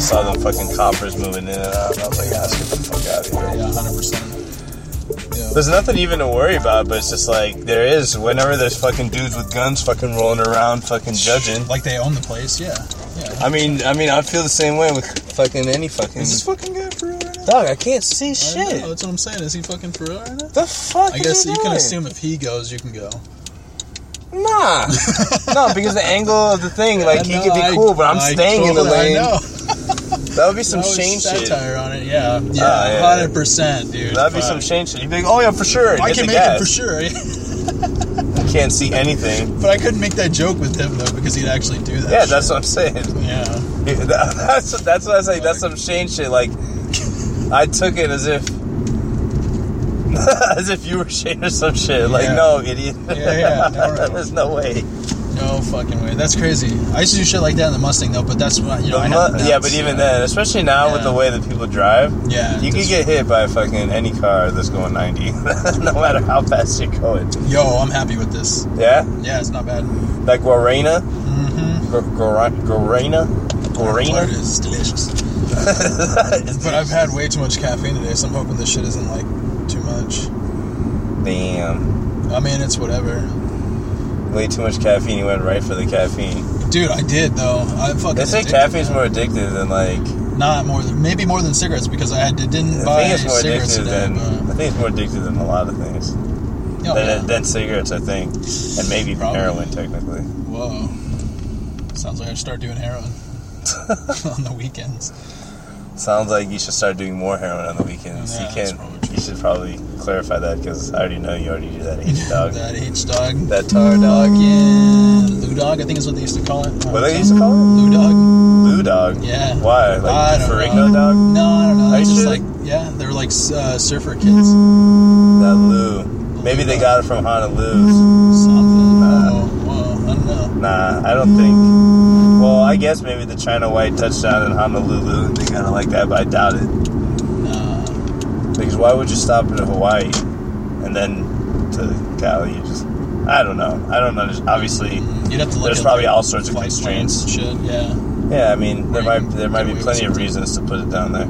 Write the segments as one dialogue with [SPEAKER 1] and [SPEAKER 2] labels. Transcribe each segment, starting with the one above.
[SPEAKER 1] saw the fucking coppers moving in and out, and I was like, ah, get the fuck out of here.
[SPEAKER 2] Yeah, hundred percent. Yeah.
[SPEAKER 1] There's nothing even to worry about, but it's just like there is. Whenever there's fucking dudes with guns fucking rolling around, fucking judging.
[SPEAKER 2] Like they own the place. Yeah. Yeah.
[SPEAKER 1] I mean, I mean, I feel the same way with fucking any fucking
[SPEAKER 2] Is this fucking guy for real right now?
[SPEAKER 1] dog. I can't see
[SPEAKER 2] I don't know,
[SPEAKER 1] shit.
[SPEAKER 2] that's what I'm saying. Is he fucking for real right now?
[SPEAKER 1] The fuck?
[SPEAKER 2] I
[SPEAKER 1] is
[SPEAKER 2] guess
[SPEAKER 1] he
[SPEAKER 2] you can
[SPEAKER 1] doing?
[SPEAKER 2] assume if he goes, you can go.
[SPEAKER 1] Nah, no, because the angle of the thing, like he
[SPEAKER 2] I
[SPEAKER 1] could be
[SPEAKER 2] know, I-
[SPEAKER 1] cool, but I'm
[SPEAKER 2] I
[SPEAKER 1] staying in the
[SPEAKER 2] totally- I
[SPEAKER 1] lane.
[SPEAKER 2] know.
[SPEAKER 1] That would be some
[SPEAKER 2] That was
[SPEAKER 1] shame shit. Ah,
[SPEAKER 2] satire on it. Yeah,
[SPEAKER 1] yeah.
[SPEAKER 2] yeah, hundred percent, dude.
[SPEAKER 1] That'd be
[SPEAKER 2] Fuck.
[SPEAKER 1] some shame shit. You'd be like, oh yeah, for sure.
[SPEAKER 2] I
[SPEAKER 1] hit
[SPEAKER 2] can
[SPEAKER 1] the
[SPEAKER 2] make
[SPEAKER 1] gas.
[SPEAKER 2] it for sure,
[SPEAKER 1] Can't see anything.
[SPEAKER 2] but I couldn't make that joke with him though because he'd actually do that.
[SPEAKER 1] Yeah,
[SPEAKER 2] shit.
[SPEAKER 1] that's what I'm saying.
[SPEAKER 2] yeah.
[SPEAKER 1] Dude, that- that's that's what I was like. That's some Shane shit. Like, I took it as if as if you were Shane or some shit. Like,
[SPEAKER 2] Yeah.
[SPEAKER 1] no, idiot.
[SPEAKER 2] Yeah, yeah, no, no.
[SPEAKER 1] There's no way.
[SPEAKER 2] No fucking way. That's crazy. I used to do shit like that in the Mustang though, but that's what you know. I
[SPEAKER 1] The
[SPEAKER 2] have
[SPEAKER 1] mu-
[SPEAKER 2] the
[SPEAKER 1] yeah,
[SPEAKER 2] nuts,
[SPEAKER 1] but even then, especially now with the
[SPEAKER 2] Yeah.
[SPEAKER 1] way that people drive,
[SPEAKER 2] Yeah.
[SPEAKER 1] you could
[SPEAKER 2] just-
[SPEAKER 1] get hit by fucking any car that's going 90, no matter how fast you're going.
[SPEAKER 2] Yo, I'm happy with this.
[SPEAKER 1] Yeah,
[SPEAKER 2] Yeah, it's not bad.
[SPEAKER 1] like Guarena,
[SPEAKER 2] Mm-hmm.
[SPEAKER 1] Gu- Guara- Guarena,
[SPEAKER 2] It
[SPEAKER 1] Guarena.
[SPEAKER 2] is. It's delicious. But I've had way too much caffeine today, so I'm hoping this shit isn't like too much.
[SPEAKER 1] Damn,
[SPEAKER 2] I mean, it's whatever.
[SPEAKER 1] way too much caffeine. You went right for the caffeine.
[SPEAKER 2] Dude, I did though. I fucking.
[SPEAKER 1] They say
[SPEAKER 2] addicted,
[SPEAKER 1] caffeine's
[SPEAKER 2] man.
[SPEAKER 1] more addictive than like.
[SPEAKER 2] Not more than maybe more than cigarettes because I had, didn't
[SPEAKER 1] I
[SPEAKER 2] buy
[SPEAKER 1] think it's more
[SPEAKER 2] cigarettes
[SPEAKER 1] addictive
[SPEAKER 2] today.
[SPEAKER 1] than I think it's more addictive than a lot of things
[SPEAKER 2] But, oh,
[SPEAKER 1] than,
[SPEAKER 2] yeah.
[SPEAKER 1] than cigarettes. I think, and maybe even
[SPEAKER 2] Probably.
[SPEAKER 1] heroin technically.
[SPEAKER 2] Whoa. Sounds like I should start doing heroin on the weekends.
[SPEAKER 1] Sounds like you should start doing more heroin on the weekends.
[SPEAKER 2] Yeah,
[SPEAKER 1] you
[SPEAKER 2] that's
[SPEAKER 1] can.
[SPEAKER 2] probably
[SPEAKER 1] You should probably clarify that because I already know you already do that H dog,
[SPEAKER 2] That H dog.
[SPEAKER 1] that tar dog,
[SPEAKER 2] Fucking Lou dog, I think is what they used to call it. Uh,
[SPEAKER 1] What they used to call it?
[SPEAKER 2] Lou dog.
[SPEAKER 1] Lou dog.
[SPEAKER 2] Yeah.
[SPEAKER 1] Why?
[SPEAKER 2] I
[SPEAKER 1] Like
[SPEAKER 2] don't
[SPEAKER 1] Ferrigno
[SPEAKER 2] know.
[SPEAKER 1] dog?
[SPEAKER 2] No, I don't know.
[SPEAKER 1] Are you
[SPEAKER 2] It's just
[SPEAKER 1] sure?
[SPEAKER 2] like yeah, they were like uh, surfer kids.
[SPEAKER 1] That Lou. Maybe they got it from Honolulu.
[SPEAKER 2] Something.
[SPEAKER 1] Nah.
[SPEAKER 2] Whoa, Oh, whoa, I don't know.
[SPEAKER 1] Nah, I don't think. Well, I guess maybe the China White touchdown in Honolulu. They kind of like that, but I doubt it.
[SPEAKER 2] Nah.
[SPEAKER 1] Because why would you stop in Hawaii and then to Cali? You just, I don't know. I don't know. Just obviously,
[SPEAKER 2] You'd have to look
[SPEAKER 1] There's
[SPEAKER 2] at
[SPEAKER 1] probably
[SPEAKER 2] like,
[SPEAKER 1] all sorts of
[SPEAKER 2] flight plans
[SPEAKER 1] constraints.
[SPEAKER 2] and Shit. Yeah.
[SPEAKER 1] yeah. I mean, there
[SPEAKER 2] Right.
[SPEAKER 1] might there might be
[SPEAKER 2] Can't
[SPEAKER 1] plenty
[SPEAKER 2] wait
[SPEAKER 1] of
[SPEAKER 2] with
[SPEAKER 1] reasons to put it down there.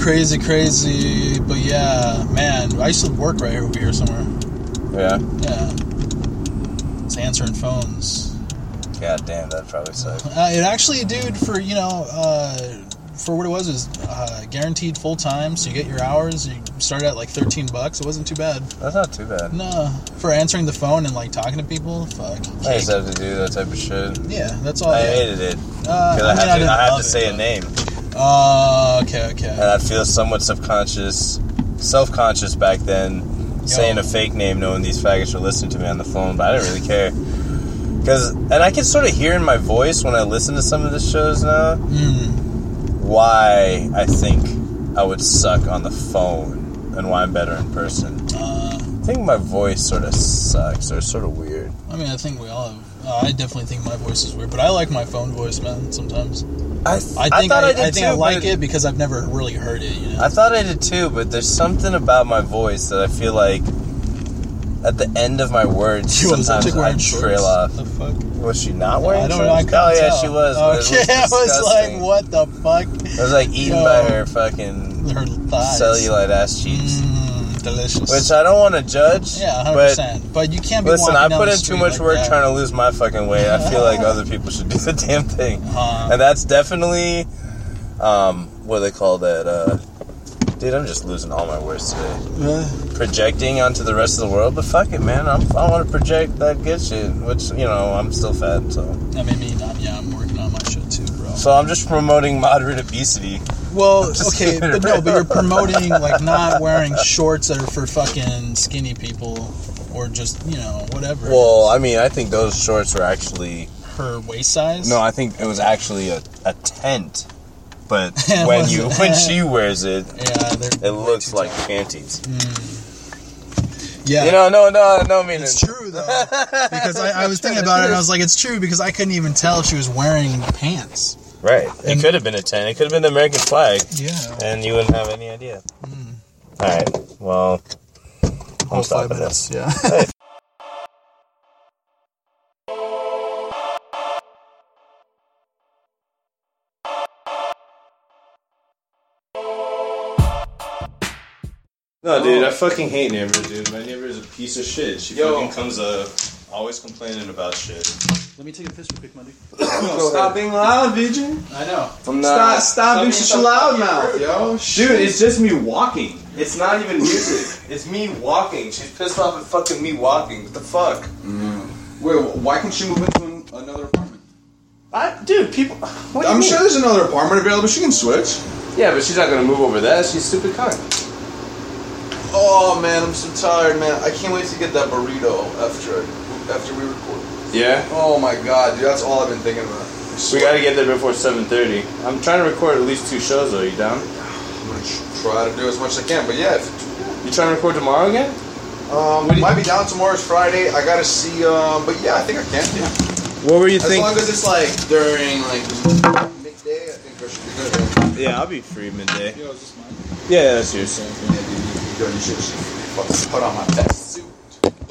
[SPEAKER 2] Crazy, crazy, but yeah, man. I used to work right over here somewhere.
[SPEAKER 1] Yeah.
[SPEAKER 2] Yeah, it's answering phones.
[SPEAKER 1] God damn, that probably suck.
[SPEAKER 2] Uh, it actually, dude, for you know, uh, for what it was, is uh, guaranteed full time. So you get your hours. You start at like thirteen bucks. It wasn't too bad.
[SPEAKER 1] That's not too bad.
[SPEAKER 2] No, for answering the phone and like talking to people. Fuck.
[SPEAKER 1] I used to have to do that type of shit.
[SPEAKER 2] Yeah, that's all.
[SPEAKER 1] I
[SPEAKER 2] Oh, yeah.
[SPEAKER 1] hated it
[SPEAKER 2] Uh,
[SPEAKER 1] because
[SPEAKER 2] I
[SPEAKER 1] I,
[SPEAKER 2] mean,
[SPEAKER 1] had to,
[SPEAKER 2] didn't
[SPEAKER 1] I had
[SPEAKER 2] love
[SPEAKER 1] to
[SPEAKER 2] it,
[SPEAKER 1] say a
[SPEAKER 2] but-
[SPEAKER 1] name,
[SPEAKER 2] Oh, okay, okay.
[SPEAKER 1] and I'd feel somewhat subconscious, self conscious back then, saying a fake name, knowing these faggots were listening to me on the phone, but I didn't really care. Because, and I can sort of hear in my voice when I listen to some of the shows now.
[SPEAKER 2] Mm,
[SPEAKER 1] why I think I would suck on the phone and why I'm better in person.
[SPEAKER 2] uh,
[SPEAKER 1] I think my voice sort of sucks or it's sort of weird.
[SPEAKER 2] I mean, I think we all have. Uh, I definitely think my voice is weird, but I like my phone voice, man. Sometimes
[SPEAKER 1] I,
[SPEAKER 2] I think I, I, think I like
[SPEAKER 1] but-
[SPEAKER 2] it because I've never really heard it. You know?
[SPEAKER 1] I thought I did too, but there's something about my voice that I feel like at the end of my words
[SPEAKER 2] She was
[SPEAKER 1] sometimes
[SPEAKER 2] actually
[SPEAKER 1] I
[SPEAKER 2] wearing
[SPEAKER 1] trail
[SPEAKER 2] shorts.
[SPEAKER 1] off.
[SPEAKER 2] The fuck?
[SPEAKER 1] Was she not wearing
[SPEAKER 2] I don't know. I
[SPEAKER 1] shorts?
[SPEAKER 2] couldn't
[SPEAKER 1] oh yeah,
[SPEAKER 2] tell.
[SPEAKER 1] she was. but it
[SPEAKER 2] Okay, I was
[SPEAKER 1] disgusting.
[SPEAKER 2] like, what the fuck?
[SPEAKER 1] It was like eaten
[SPEAKER 2] Yo.
[SPEAKER 1] by her fucking
[SPEAKER 2] Her thighs.
[SPEAKER 1] cellulite ass cheeks,
[SPEAKER 2] Mm, delicious.
[SPEAKER 1] which I don't want to judge.
[SPEAKER 2] yeah, hundred
[SPEAKER 1] but
[SPEAKER 2] percent. But you can't be.
[SPEAKER 1] Listen, I
[SPEAKER 2] walking down
[SPEAKER 1] put
[SPEAKER 2] the
[SPEAKER 1] in too
[SPEAKER 2] street
[SPEAKER 1] much
[SPEAKER 2] like
[SPEAKER 1] work
[SPEAKER 2] that.
[SPEAKER 1] trying to lose my fucking weight. I feel like other people should do the damn thing.
[SPEAKER 2] Uh-huh.
[SPEAKER 1] And that's definitely, um, what do they call that? Uh, dude, I'm just losing all my words today.
[SPEAKER 2] Uh,
[SPEAKER 1] Projecting onto the rest of the world, but fuck it, man. I'm, I want to project that good shit, which, you know, I'm still fat, so.
[SPEAKER 2] I mean, me, I'm, yeah, I'm working on my shit too, bro.
[SPEAKER 1] So I'm just promoting moderate obesity.
[SPEAKER 2] Well,
[SPEAKER 1] Just
[SPEAKER 2] okay,
[SPEAKER 1] kidding,
[SPEAKER 2] but
[SPEAKER 1] bro.
[SPEAKER 2] no, but you're promoting like not wearing shorts that are for fucking skinny people, or just you know whatever.
[SPEAKER 1] Well, I mean, I think those shorts were actually.
[SPEAKER 2] her waist size.
[SPEAKER 1] No, I think it was actually a, a tent. But
[SPEAKER 2] It
[SPEAKER 1] when
[SPEAKER 2] was-
[SPEAKER 1] you when she wears it,
[SPEAKER 2] yeah, they're
[SPEAKER 1] it looks like panties.
[SPEAKER 2] yeah.
[SPEAKER 1] You know, no, no, no, I mean
[SPEAKER 2] It's true though, because I, I was thinking about it and I was like, it's true because I couldn't even tell if she was wearing pants.
[SPEAKER 1] Right. it
[SPEAKER 2] And-
[SPEAKER 1] could have been a ten. It could have been the American flag,
[SPEAKER 2] Yeah,
[SPEAKER 1] and you wouldn't have any idea. All right. Well, I'm stopping this.
[SPEAKER 2] Yeah.
[SPEAKER 1] No, dude, I fucking hate neighbors, dude. My neighbor is a piece of shit. She
[SPEAKER 3] Yo.
[SPEAKER 1] fucking comes up, always complaining about shit.
[SPEAKER 2] Let me take a piss real quick, Monday.
[SPEAKER 3] stop being loud, Vision.
[SPEAKER 2] I know.
[SPEAKER 1] I'm
[SPEAKER 3] Stop, stop being
[SPEAKER 1] Stop
[SPEAKER 3] such a
[SPEAKER 1] being
[SPEAKER 3] loud mouth, yo. Shoot.
[SPEAKER 1] Dude, it's just me walking. It's not even music. it's me walking. She's pissed off at fucking me walking. What the fuck?
[SPEAKER 3] Wait, why can't she move into an, another apartment?
[SPEAKER 1] I, dude, people. What do you
[SPEAKER 3] I'm
[SPEAKER 1] mean?
[SPEAKER 3] sure there's another apartment available. She can switch.
[SPEAKER 1] Yeah, but she's not gonna move over that. She's stupid cunt.
[SPEAKER 3] Oh man, I'm so tired, man. I can't wait to get that burrito after after we record.
[SPEAKER 1] Yeah.
[SPEAKER 3] Oh my god, dude, that's all I've been thinking about.
[SPEAKER 1] We gotta get there before 7:30. I'm trying to record at least two shows. Though, you down?
[SPEAKER 3] I'm gonna tr- try to do as much as I can, but yeah, if,
[SPEAKER 1] You trying to record tomorrow again?
[SPEAKER 3] um, might be down tomorrow's Friday. I gotta see, um, but yeah, I think I can. Yeah.
[SPEAKER 1] What were you
[SPEAKER 3] As long as it's like during like midday, I think I should be good. Right?
[SPEAKER 1] yeah, I'll be free midday.
[SPEAKER 2] Yo, is this mine?
[SPEAKER 1] Yeah, that's yours.
[SPEAKER 3] Yeah, dude, you doing your shit. Fucking put on my best suit.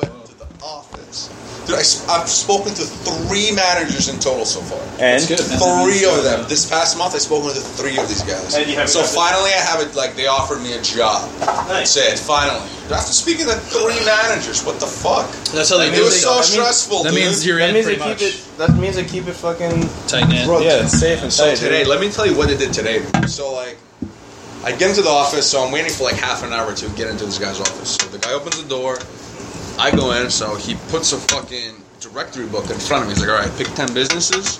[SPEAKER 3] Went to the office. Dude, I, sp- I've spoken to three managers in total so far.
[SPEAKER 1] And
[SPEAKER 2] That's good.
[SPEAKER 3] three of them. This past month, I spoke with three of these guys.
[SPEAKER 1] And you haven't
[SPEAKER 3] so
[SPEAKER 1] gotten-
[SPEAKER 3] finally, I have it. Like they offered me a job.
[SPEAKER 1] Nice.
[SPEAKER 3] Said finally. After speaking to three managers, what the fuck?
[SPEAKER 2] That's how they
[SPEAKER 3] Like,
[SPEAKER 2] do it.
[SPEAKER 3] it was so
[SPEAKER 1] means-
[SPEAKER 3] stressful,
[SPEAKER 2] that
[SPEAKER 3] dude.
[SPEAKER 2] means you're
[SPEAKER 1] that
[SPEAKER 2] in
[SPEAKER 1] means they
[SPEAKER 2] pretty
[SPEAKER 1] keep
[SPEAKER 2] much.
[SPEAKER 1] it. That means they keep it fucking.
[SPEAKER 2] Tight knit.
[SPEAKER 3] Bro,
[SPEAKER 1] Yeah, it's safe and
[SPEAKER 3] Oh. So
[SPEAKER 1] tight.
[SPEAKER 3] today,
[SPEAKER 1] dude.
[SPEAKER 3] let me tell you what they did today. So like, I get into the office, so I'm waiting for like half an hour to get into this guy's office. So the guy opens the door, I go in, so he puts a fucking directory book in front of me. He's like, all right, pick ten businesses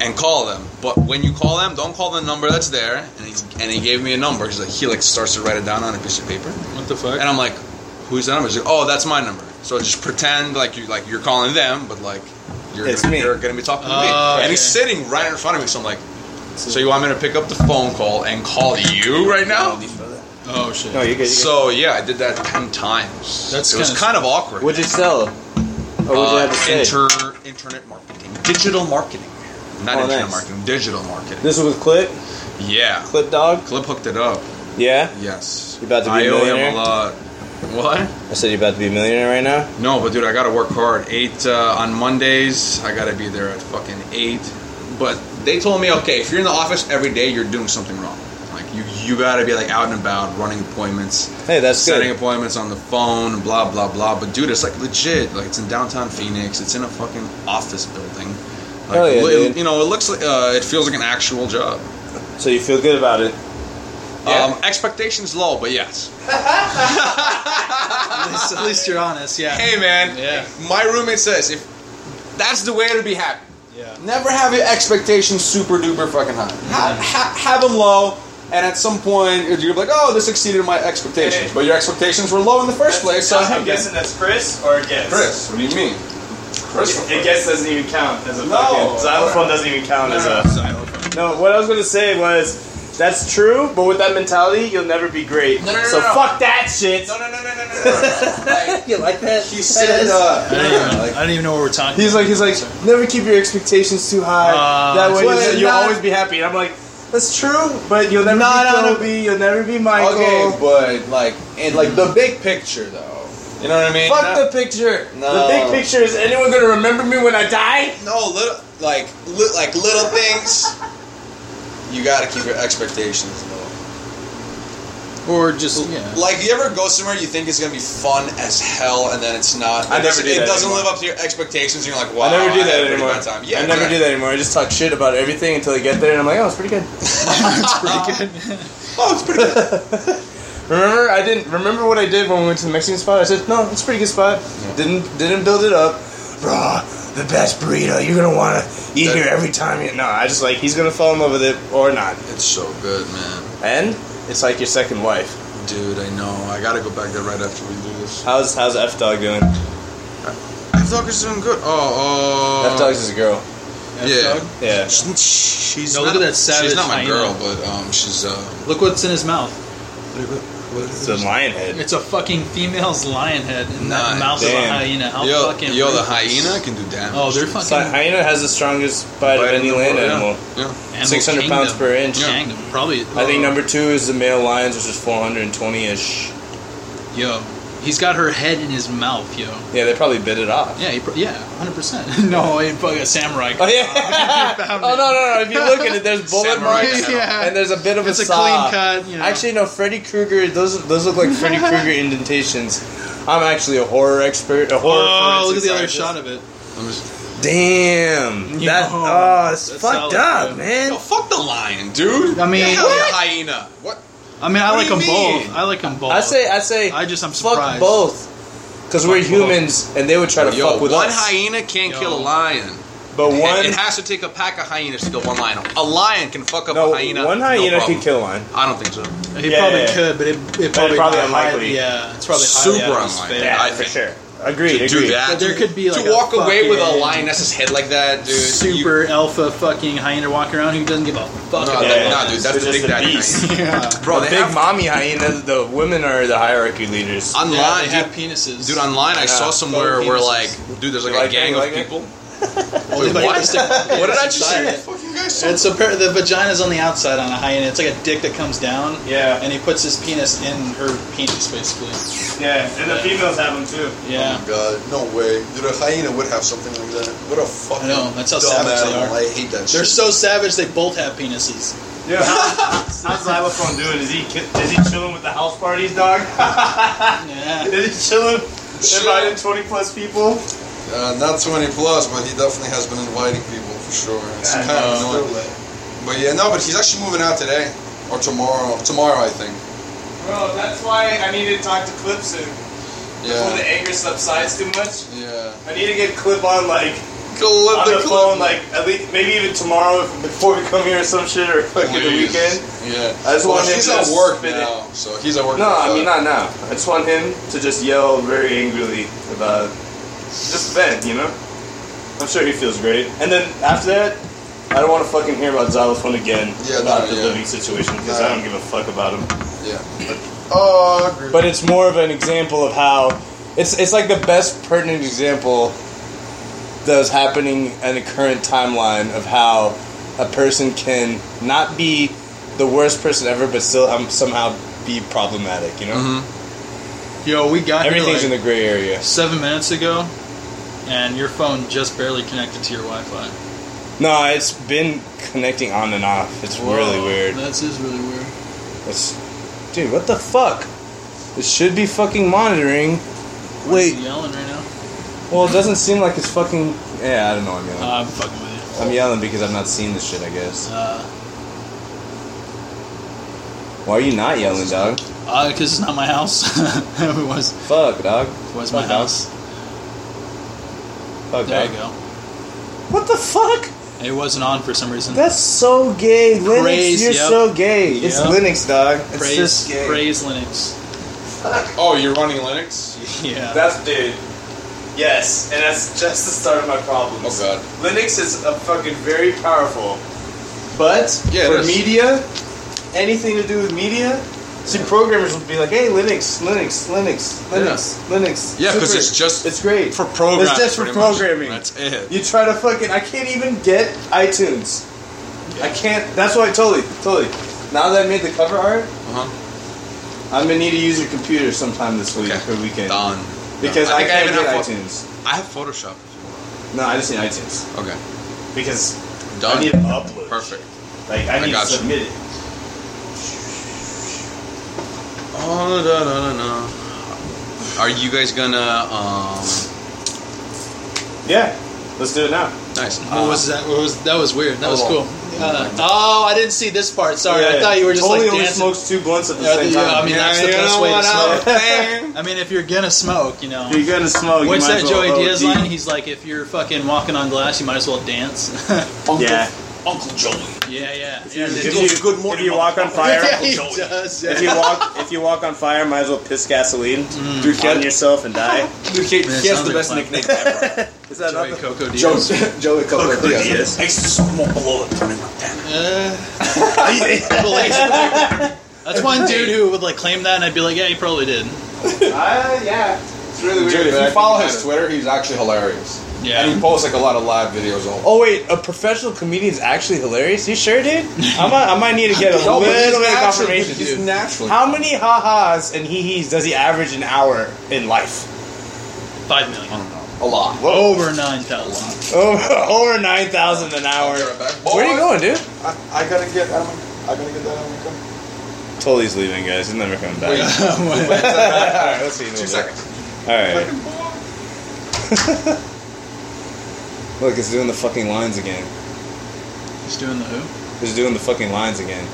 [SPEAKER 3] and call them. But when you call them, don't call the number that's there. And he's and he gave me a number. He's like, he like starts to write it down on a piece of paper.
[SPEAKER 2] What the fuck?
[SPEAKER 3] And I'm like, who's that number? He's like, oh, that's my number. So just pretend like you like you're calling them, but like you're
[SPEAKER 1] It's
[SPEAKER 3] gonna,
[SPEAKER 1] me.
[SPEAKER 3] you're gonna be talking to me.
[SPEAKER 2] Oh,
[SPEAKER 3] And he's
[SPEAKER 2] okay.
[SPEAKER 3] sitting right in front of me, so I'm like, so you want me to pick up the phone call and call you right now?
[SPEAKER 2] oh shit.
[SPEAKER 1] No, you're good. You're good.
[SPEAKER 3] So yeah, I did that ten times.
[SPEAKER 2] That's
[SPEAKER 3] it was
[SPEAKER 2] kinda-
[SPEAKER 3] kind of awkward.
[SPEAKER 1] What'd you sell? Or what'd you
[SPEAKER 3] Uh,
[SPEAKER 1] have to say?
[SPEAKER 3] inter internet marketing, digital marketing, not
[SPEAKER 1] Oh,
[SPEAKER 3] internet
[SPEAKER 1] nice.
[SPEAKER 3] marketing, digital marketing.
[SPEAKER 1] this was with Clip?
[SPEAKER 3] Yeah,
[SPEAKER 1] Clip Dog?
[SPEAKER 3] Clip hooked it up.
[SPEAKER 1] Yeah?
[SPEAKER 3] Yes,
[SPEAKER 1] You about to be
[SPEAKER 3] I
[SPEAKER 1] a
[SPEAKER 3] owe
[SPEAKER 1] millionaire?
[SPEAKER 3] him a lot. What?
[SPEAKER 1] I said you're about to be a millionaire right now?
[SPEAKER 3] No, but dude, I gotta work hard. Eight uh, on Mondays, I gotta be there at fucking eight. But they told me, okay, if you're in the office every day, you're doing something wrong. Like you, you gotta be like out and about, running appointments,
[SPEAKER 1] Hey, that's
[SPEAKER 3] setting
[SPEAKER 1] good.
[SPEAKER 3] appointments on the phone, blah blah blah. But dude, it's like legit. Like it's in downtown Phoenix. It's in a fucking office building. Like,
[SPEAKER 1] Hell yeah,
[SPEAKER 3] it-
[SPEAKER 1] dude.
[SPEAKER 3] You know, it looks like uh, it feels like an actual job.
[SPEAKER 1] So you feel good about it. Yeah.
[SPEAKER 3] Um, expectations low, but yes.
[SPEAKER 2] at, least, at least you're honest. Yeah.
[SPEAKER 3] Hey man,
[SPEAKER 2] Yeah.
[SPEAKER 3] my roommate says if that's the way to be happy.
[SPEAKER 2] Yeah.
[SPEAKER 3] Never have your expectations super duper fucking high. Ha- ha- have them low, and at some point you're gonna be like, oh, this exceeded my expectations.
[SPEAKER 1] Hey.
[SPEAKER 3] But your expectations were low in the first place, so I have
[SPEAKER 1] that's Chris or Guess?
[SPEAKER 3] Chris, what do you mean? Chris,
[SPEAKER 1] Guess doesn't even count as a
[SPEAKER 3] fucking- xylophone
[SPEAKER 1] doesn't even count
[SPEAKER 3] Xylophone.
[SPEAKER 1] No, what I was gonna say was that's true, but with that mentality, you'll never be great.
[SPEAKER 3] no, no,
[SPEAKER 1] so
[SPEAKER 3] no.
[SPEAKER 1] fuck that shit.
[SPEAKER 3] No, no, no, no, no, no, no. Like,
[SPEAKER 1] you like that?
[SPEAKER 3] he said, uh,
[SPEAKER 2] I don't, even,
[SPEAKER 3] yeah, like,
[SPEAKER 2] I don't even know what we're talking.
[SPEAKER 1] He's like, he's like, never keep your expectations too high.
[SPEAKER 2] Uh,
[SPEAKER 1] that way
[SPEAKER 3] well,
[SPEAKER 1] you'll- you'll
[SPEAKER 3] not-
[SPEAKER 1] always be happy. And I'm like, that's true, but you'll never
[SPEAKER 3] Not
[SPEAKER 1] be
[SPEAKER 3] on a-
[SPEAKER 1] Kobe. You'll never be Michael.
[SPEAKER 3] okay, but like, in like the big picture though. You know what I mean?
[SPEAKER 1] Fuck
[SPEAKER 3] Not-
[SPEAKER 1] the picture.
[SPEAKER 3] No.
[SPEAKER 1] The big picture is anyone gonna remember me when I die?
[SPEAKER 3] No, little like li- like little things. You gotta keep your expectations low.
[SPEAKER 2] Or just yeah.
[SPEAKER 3] Like you ever go somewhere you think it's gonna be fun as hell, and then it's not.
[SPEAKER 1] I never
[SPEAKER 3] It doesn't-
[SPEAKER 1] do
[SPEAKER 3] It
[SPEAKER 1] that
[SPEAKER 3] doesn't
[SPEAKER 1] anymore.
[SPEAKER 3] live up to your expectations. And you're like, wow.
[SPEAKER 1] I never do
[SPEAKER 3] had
[SPEAKER 1] that
[SPEAKER 3] a pretty
[SPEAKER 1] anymore.
[SPEAKER 3] bad Time. Yeah,
[SPEAKER 1] I never do that anymore. I just talk shit about everything until I get there, and I'm like, oh, it's pretty good.
[SPEAKER 3] Oh, it's pretty good.
[SPEAKER 1] Remember, I didn't remember what I did when we went to the Mexican spot. I said, no, it's a pretty good spot. Didn't didn't build it up. Raw, the best burrito. You're gonna wanna eat
[SPEAKER 3] That-
[SPEAKER 1] here every time. You, no, I just like he's gonna fall in love with it or not.
[SPEAKER 3] it's so good, man.
[SPEAKER 1] And it's like your second wife.
[SPEAKER 3] Dude, I know. I gotta go back there right after we do this.
[SPEAKER 1] How's how's F Dog doing?
[SPEAKER 3] Uh, F Dog is doing good. Oh, oh.
[SPEAKER 1] F Dog's is a girl.
[SPEAKER 3] Yeah.
[SPEAKER 2] Dog?
[SPEAKER 1] Yeah.
[SPEAKER 3] She's
[SPEAKER 2] No,
[SPEAKER 3] not,
[SPEAKER 2] look at that savage
[SPEAKER 3] She's not my
[SPEAKER 2] hyena.
[SPEAKER 3] girl, but um, she's uh.
[SPEAKER 2] Look what's in his mouth.
[SPEAKER 1] It's a lion head.
[SPEAKER 2] It's a fucking female's lion head in
[SPEAKER 3] Nah,
[SPEAKER 2] the mouth
[SPEAKER 1] damn.
[SPEAKER 2] of a hyena. How
[SPEAKER 3] Yo,
[SPEAKER 2] fucking
[SPEAKER 3] yo, the
[SPEAKER 2] ruthless.
[SPEAKER 3] hyena can do damage.
[SPEAKER 2] Oh, they're
[SPEAKER 1] So
[SPEAKER 2] fucking
[SPEAKER 1] hyena has the strongest bite,
[SPEAKER 3] Bite
[SPEAKER 1] of
[SPEAKER 3] in
[SPEAKER 1] any
[SPEAKER 3] the
[SPEAKER 1] land
[SPEAKER 3] world, yeah.
[SPEAKER 1] animal.
[SPEAKER 3] Yeah.
[SPEAKER 1] 600 pounds per inch.
[SPEAKER 2] Kingdom, probably.
[SPEAKER 1] I think number two is the male lions, which is 420 ish.
[SPEAKER 2] Yo, He's got her head in his mouth, yo.
[SPEAKER 1] Yeah, they probably bit it off.
[SPEAKER 2] Yeah, he, pr- yeah, hundred percent. No, he probably a samurai.
[SPEAKER 1] Oh yeah. oh no no no! If you look at it, there's bullet
[SPEAKER 3] Samurai
[SPEAKER 1] marks
[SPEAKER 3] cut. Yeah.
[SPEAKER 1] and there's a bit of
[SPEAKER 2] It's
[SPEAKER 1] a,
[SPEAKER 2] a
[SPEAKER 1] saw.
[SPEAKER 2] clean cut, you know.
[SPEAKER 1] Actually, no. Freddy Krueger. Those those look like Freddy Krueger indentations. I'm actually a horror expert. A horror.
[SPEAKER 2] Oh, look at
[SPEAKER 1] forensic
[SPEAKER 2] the other
[SPEAKER 1] scientist.
[SPEAKER 2] shot of it.
[SPEAKER 3] I'm just,
[SPEAKER 1] Damn.
[SPEAKER 2] Yo,
[SPEAKER 1] that oh, it's
[SPEAKER 2] that's
[SPEAKER 1] fucked
[SPEAKER 2] solid,
[SPEAKER 1] up,
[SPEAKER 2] dude.
[SPEAKER 1] man.
[SPEAKER 3] yo, fuck the lion, dude.
[SPEAKER 2] I mean-
[SPEAKER 3] Hell yeah,
[SPEAKER 1] What?
[SPEAKER 3] hyena. What?
[SPEAKER 2] I mean, I
[SPEAKER 3] What
[SPEAKER 2] like
[SPEAKER 3] do
[SPEAKER 2] them
[SPEAKER 3] you mean?
[SPEAKER 2] both. I like them both.
[SPEAKER 1] I say I say.
[SPEAKER 2] I just- I'm
[SPEAKER 1] fuck
[SPEAKER 2] surprised.
[SPEAKER 1] both. Because we're
[SPEAKER 2] both.
[SPEAKER 1] humans, and they would try to
[SPEAKER 3] Yo,
[SPEAKER 1] fuck with
[SPEAKER 3] one
[SPEAKER 1] us.
[SPEAKER 3] hyena can't
[SPEAKER 2] Yo.
[SPEAKER 3] kill a lion.
[SPEAKER 1] but
[SPEAKER 3] It-
[SPEAKER 1] one,
[SPEAKER 3] It has to take a pack of hyenas to kill one lion. A lion can fuck up
[SPEAKER 1] no,
[SPEAKER 3] a hyena.
[SPEAKER 1] one
[SPEAKER 3] no
[SPEAKER 1] hyena
[SPEAKER 3] problem.
[SPEAKER 1] can kill one.
[SPEAKER 3] I don't think so.
[SPEAKER 2] he
[SPEAKER 1] Yeah,
[SPEAKER 2] probably
[SPEAKER 1] yeah, yeah.
[SPEAKER 2] could, but it, it probably,
[SPEAKER 1] probably
[SPEAKER 2] highly-
[SPEAKER 1] unlikely.
[SPEAKER 2] Yeah, it's probably
[SPEAKER 3] Super
[SPEAKER 2] highly out of his
[SPEAKER 3] unlikely.
[SPEAKER 2] favor.
[SPEAKER 1] Yeah,
[SPEAKER 3] I
[SPEAKER 1] for
[SPEAKER 3] think-
[SPEAKER 1] sure. Agreed.
[SPEAKER 3] To
[SPEAKER 1] agreed.
[SPEAKER 3] do that,
[SPEAKER 2] But there
[SPEAKER 3] to-
[SPEAKER 2] could be, like,
[SPEAKER 3] to
[SPEAKER 2] a
[SPEAKER 3] walk away with a
[SPEAKER 2] fucking-
[SPEAKER 3] lioness's head like that, dude.
[SPEAKER 2] super alpha fucking hyena walking around who doesn't give a fuck.
[SPEAKER 3] No,
[SPEAKER 2] about
[SPEAKER 3] that-
[SPEAKER 1] yeah.
[SPEAKER 3] nah, dude, that's
[SPEAKER 1] They're
[SPEAKER 3] the
[SPEAKER 1] just
[SPEAKER 3] big
[SPEAKER 1] a
[SPEAKER 3] daddy.
[SPEAKER 1] beast.
[SPEAKER 3] hyena.
[SPEAKER 2] Yeah.
[SPEAKER 3] Bro,
[SPEAKER 1] the
[SPEAKER 3] they
[SPEAKER 1] big
[SPEAKER 3] have,
[SPEAKER 1] mommy hyena. The women are the hierarchy leaders.
[SPEAKER 2] Yeah,
[SPEAKER 3] online,
[SPEAKER 2] they have
[SPEAKER 3] dude,
[SPEAKER 2] penises.
[SPEAKER 3] dude, online, I
[SPEAKER 1] Yeah.
[SPEAKER 3] saw somewhere
[SPEAKER 1] Both
[SPEAKER 3] where like,
[SPEAKER 1] penises.
[SPEAKER 3] dude, there's like,
[SPEAKER 1] You like
[SPEAKER 3] a
[SPEAKER 1] it?
[SPEAKER 3] gang
[SPEAKER 1] You
[SPEAKER 3] of
[SPEAKER 1] like it?
[SPEAKER 3] people.
[SPEAKER 2] Well, they
[SPEAKER 3] Wait,
[SPEAKER 2] like to stick-
[SPEAKER 3] What did I just
[SPEAKER 2] inside
[SPEAKER 3] say?
[SPEAKER 2] it.
[SPEAKER 3] Fucking guys, so-
[SPEAKER 2] It's a pair, the vagina's on the outside on a hyena. It's like a dick that comes down.
[SPEAKER 4] Yeah.
[SPEAKER 2] And he puts his penis in her penis, basically.
[SPEAKER 4] Yeah, and the females have them too.
[SPEAKER 2] Yeah.
[SPEAKER 3] God, no way. Dude, a hyena would have something like that. What a fucking
[SPEAKER 2] I know, that's how savage they are.
[SPEAKER 3] I hate that
[SPEAKER 2] They're so savage they both have penises.
[SPEAKER 4] Yeah. How's Xylophone doing? Is he ki- is he chilling with the house parties, dog?
[SPEAKER 2] Yeah.
[SPEAKER 4] is he chilling?
[SPEAKER 3] Chill.
[SPEAKER 4] Inviting twenty plus people.
[SPEAKER 3] Uh, not 20 plus, but he definitely has been inviting people for sure. It's
[SPEAKER 4] Yeah,
[SPEAKER 3] kind of
[SPEAKER 4] no,
[SPEAKER 3] annoying. But yeah, no, but he's actually moving out today. Or tomorrow. Tomorrow, I think.
[SPEAKER 4] Well, that's why I need to talk to Clip soon. Before the
[SPEAKER 3] Yeah.
[SPEAKER 4] anger subsides too much,
[SPEAKER 3] Yeah.
[SPEAKER 4] I need to get Clip on like
[SPEAKER 3] Clip
[SPEAKER 4] on the phone, like at least maybe even tomorrow if- before we come here or some shit or fucking the
[SPEAKER 3] Please.
[SPEAKER 4] weekend.
[SPEAKER 3] Yeah.
[SPEAKER 4] I just
[SPEAKER 3] Well,
[SPEAKER 4] want him
[SPEAKER 3] he's
[SPEAKER 4] to
[SPEAKER 3] at
[SPEAKER 4] just
[SPEAKER 3] work
[SPEAKER 4] spit it.
[SPEAKER 3] now. So he's at work.
[SPEAKER 4] No,
[SPEAKER 3] now.
[SPEAKER 4] I mean not now. I just want him to just yell very angrily about just vent, you know. I'm sure he feels great. And then after that, I don't want to fucking hear about Xylophone again
[SPEAKER 3] Yeah, no,
[SPEAKER 4] about the
[SPEAKER 3] yeah.
[SPEAKER 4] living situation because
[SPEAKER 3] No.
[SPEAKER 4] I don't give a fuck about him.
[SPEAKER 3] Yeah. Oh, agree.
[SPEAKER 1] But it's more of an example of how it's it's like the best pertinent example that's happening in the current timeline of how a person can not be the worst person ever, but still um, somehow be problematic. You know,
[SPEAKER 3] Mm-hmm.
[SPEAKER 2] Yo, we got
[SPEAKER 1] everything's
[SPEAKER 2] here
[SPEAKER 1] in
[SPEAKER 2] like
[SPEAKER 1] the gray area.
[SPEAKER 2] seven minutes ago, and your phone just barely connected to your Wi-Fi.
[SPEAKER 1] No, it's been connecting on and off. It's really
[SPEAKER 2] Whoa,
[SPEAKER 1] weird.
[SPEAKER 2] That's is really weird.
[SPEAKER 1] It's, dude, what the fuck? It should be fucking monitoring. Wait,
[SPEAKER 2] He's yelling right now.
[SPEAKER 1] well, it doesn't seem like it's fucking. Yeah, I don't know. I'm yelling.
[SPEAKER 2] Uh, I'm fucking with
[SPEAKER 1] I'm yelling because I've not seen this shit. I guess.
[SPEAKER 2] you. Uh,
[SPEAKER 1] Why are you not yelling, dog?
[SPEAKER 2] uh, cause it's not my house. it was
[SPEAKER 1] Fuck, dog.
[SPEAKER 2] was my
[SPEAKER 1] Fuck, dog.
[SPEAKER 2] house.
[SPEAKER 1] Fuck,
[SPEAKER 2] There
[SPEAKER 1] dog.
[SPEAKER 2] you go.
[SPEAKER 1] What the fuck?
[SPEAKER 2] It wasn't on for some reason.
[SPEAKER 1] That's so gay, Linux.
[SPEAKER 2] Praise,
[SPEAKER 1] you're
[SPEAKER 2] yep.
[SPEAKER 1] so gay. It's
[SPEAKER 2] Yep.
[SPEAKER 1] Linux, dog. It's
[SPEAKER 2] praise,
[SPEAKER 1] just gay.
[SPEAKER 2] praise Linux.
[SPEAKER 3] oh, you're running Linux?
[SPEAKER 2] Yeah.
[SPEAKER 4] That's dude. Yes, and that's just the start of my problems.
[SPEAKER 3] Oh, God.
[SPEAKER 4] Linux is a fucking very powerful, but
[SPEAKER 3] Yeah, it
[SPEAKER 4] for
[SPEAKER 3] is.
[SPEAKER 4] media, anything to do with media. See, programmers would be like, "Hey, Linux, Linux, Linux, Linux, Linux."
[SPEAKER 3] Yeah, 'cause
[SPEAKER 4] super.
[SPEAKER 3] it's just
[SPEAKER 4] it's great
[SPEAKER 3] For programming.
[SPEAKER 4] It's just for
[SPEAKER 3] pretty much.
[SPEAKER 4] programming.
[SPEAKER 3] That's it.
[SPEAKER 4] You try to fucking. I can't even get iTunes. I can't. That's why totally, totally. Now that I made the cover art,
[SPEAKER 3] Uh-huh.
[SPEAKER 4] I'm gonna need to use your computer sometime this week
[SPEAKER 3] Okay.
[SPEAKER 4] or weekend
[SPEAKER 3] Done.
[SPEAKER 4] because
[SPEAKER 3] I
[SPEAKER 4] I,
[SPEAKER 3] think I
[SPEAKER 4] can't
[SPEAKER 3] even
[SPEAKER 4] get
[SPEAKER 3] have one.
[SPEAKER 4] iTunes.
[SPEAKER 3] I have Photoshop. if
[SPEAKER 4] No, I just need iTunes
[SPEAKER 3] you want. Okay.
[SPEAKER 4] because
[SPEAKER 3] Done.
[SPEAKER 4] I need to upload.
[SPEAKER 3] Perfect.
[SPEAKER 4] Like I
[SPEAKER 3] I
[SPEAKER 4] need
[SPEAKER 3] got
[SPEAKER 4] to
[SPEAKER 3] you.
[SPEAKER 4] submit it.
[SPEAKER 3] Oh, da, da, da, da. Are you guys gonna? Um,
[SPEAKER 4] Yeah, let's do it now.
[SPEAKER 3] nice.
[SPEAKER 2] What was that? What was that? Was weird. That was
[SPEAKER 4] oh.
[SPEAKER 2] cool. Uh, oh, I didn't see this part. Sorry, I
[SPEAKER 4] Yeah.
[SPEAKER 2] thought you were just
[SPEAKER 4] Totally
[SPEAKER 2] like
[SPEAKER 4] only
[SPEAKER 2] dancing.
[SPEAKER 4] smokes two blunts at the
[SPEAKER 2] Yeah,
[SPEAKER 4] same
[SPEAKER 2] yeah,
[SPEAKER 4] time.
[SPEAKER 2] I mean, that's the
[SPEAKER 4] you
[SPEAKER 2] best
[SPEAKER 4] know
[SPEAKER 2] way to
[SPEAKER 4] what
[SPEAKER 2] smoke.
[SPEAKER 4] I'm saying?
[SPEAKER 2] I mean, if you're gonna smoke, you know.
[SPEAKER 4] You're gonna smoke. you
[SPEAKER 2] What's
[SPEAKER 4] might
[SPEAKER 2] that
[SPEAKER 4] as
[SPEAKER 2] Joey
[SPEAKER 4] well
[SPEAKER 2] Diaz
[SPEAKER 4] OD.
[SPEAKER 2] line? He's like, if you're fucking walking on glass, you might as well dance.
[SPEAKER 4] Yeah.
[SPEAKER 3] Uncle Joey.
[SPEAKER 2] yeah, yeah. yeah
[SPEAKER 4] If you,
[SPEAKER 3] Good morning,
[SPEAKER 4] if you walk on fire,
[SPEAKER 2] yeah, he does.
[SPEAKER 4] if you
[SPEAKER 2] Yeah.
[SPEAKER 4] walk if you walk on fire, might as well piss gasoline,
[SPEAKER 2] Mm,
[SPEAKER 4] on yourself, and die.
[SPEAKER 3] Dude, he,
[SPEAKER 2] Man,
[SPEAKER 3] he has
[SPEAKER 2] sounds
[SPEAKER 3] the
[SPEAKER 2] like
[SPEAKER 3] best
[SPEAKER 2] fun.
[SPEAKER 3] nickname ever.
[SPEAKER 4] Is that
[SPEAKER 2] Joey Coco Diaz.
[SPEAKER 4] Joey Coco Diaz.
[SPEAKER 2] Uh, that's one dude who would like claim that, and I'd be like, yeah, he probably did.
[SPEAKER 4] Uh, yeah.
[SPEAKER 3] It's really weird.
[SPEAKER 4] Dude,
[SPEAKER 3] if
[SPEAKER 4] but I
[SPEAKER 3] you
[SPEAKER 4] think
[SPEAKER 3] follow
[SPEAKER 4] it
[SPEAKER 3] his
[SPEAKER 4] matters.
[SPEAKER 3] Twitter, he's actually hilarious.
[SPEAKER 2] Yeah.
[SPEAKER 3] And he posts like a lot of live videos all
[SPEAKER 1] Oh wait, a professional comedian's actually hilarious. You sure, dude? I might, I might need to get a
[SPEAKER 3] No,
[SPEAKER 1] little
[SPEAKER 3] but he's
[SPEAKER 1] bit of
[SPEAKER 3] natural-
[SPEAKER 1] confirmation,
[SPEAKER 3] he's
[SPEAKER 1] dude.
[SPEAKER 3] naturally-
[SPEAKER 1] How many ha-has and hee-hees does he average an hour in life?
[SPEAKER 5] Five million.
[SPEAKER 3] a lot.
[SPEAKER 5] Over 9,000.
[SPEAKER 1] Over, Oh, over nine thousand an hour. Where are you going, dude?
[SPEAKER 3] I, I gotta get out of my, I gotta get that out of my car.
[SPEAKER 1] Totally leaving, guys. He's never coming back.
[SPEAKER 3] Wait.
[SPEAKER 1] All right, let's see.
[SPEAKER 3] Two seconds.
[SPEAKER 1] All right. Look, it's doing the fucking lines again.
[SPEAKER 2] He's doing the who?
[SPEAKER 1] It's doing the fucking lines again.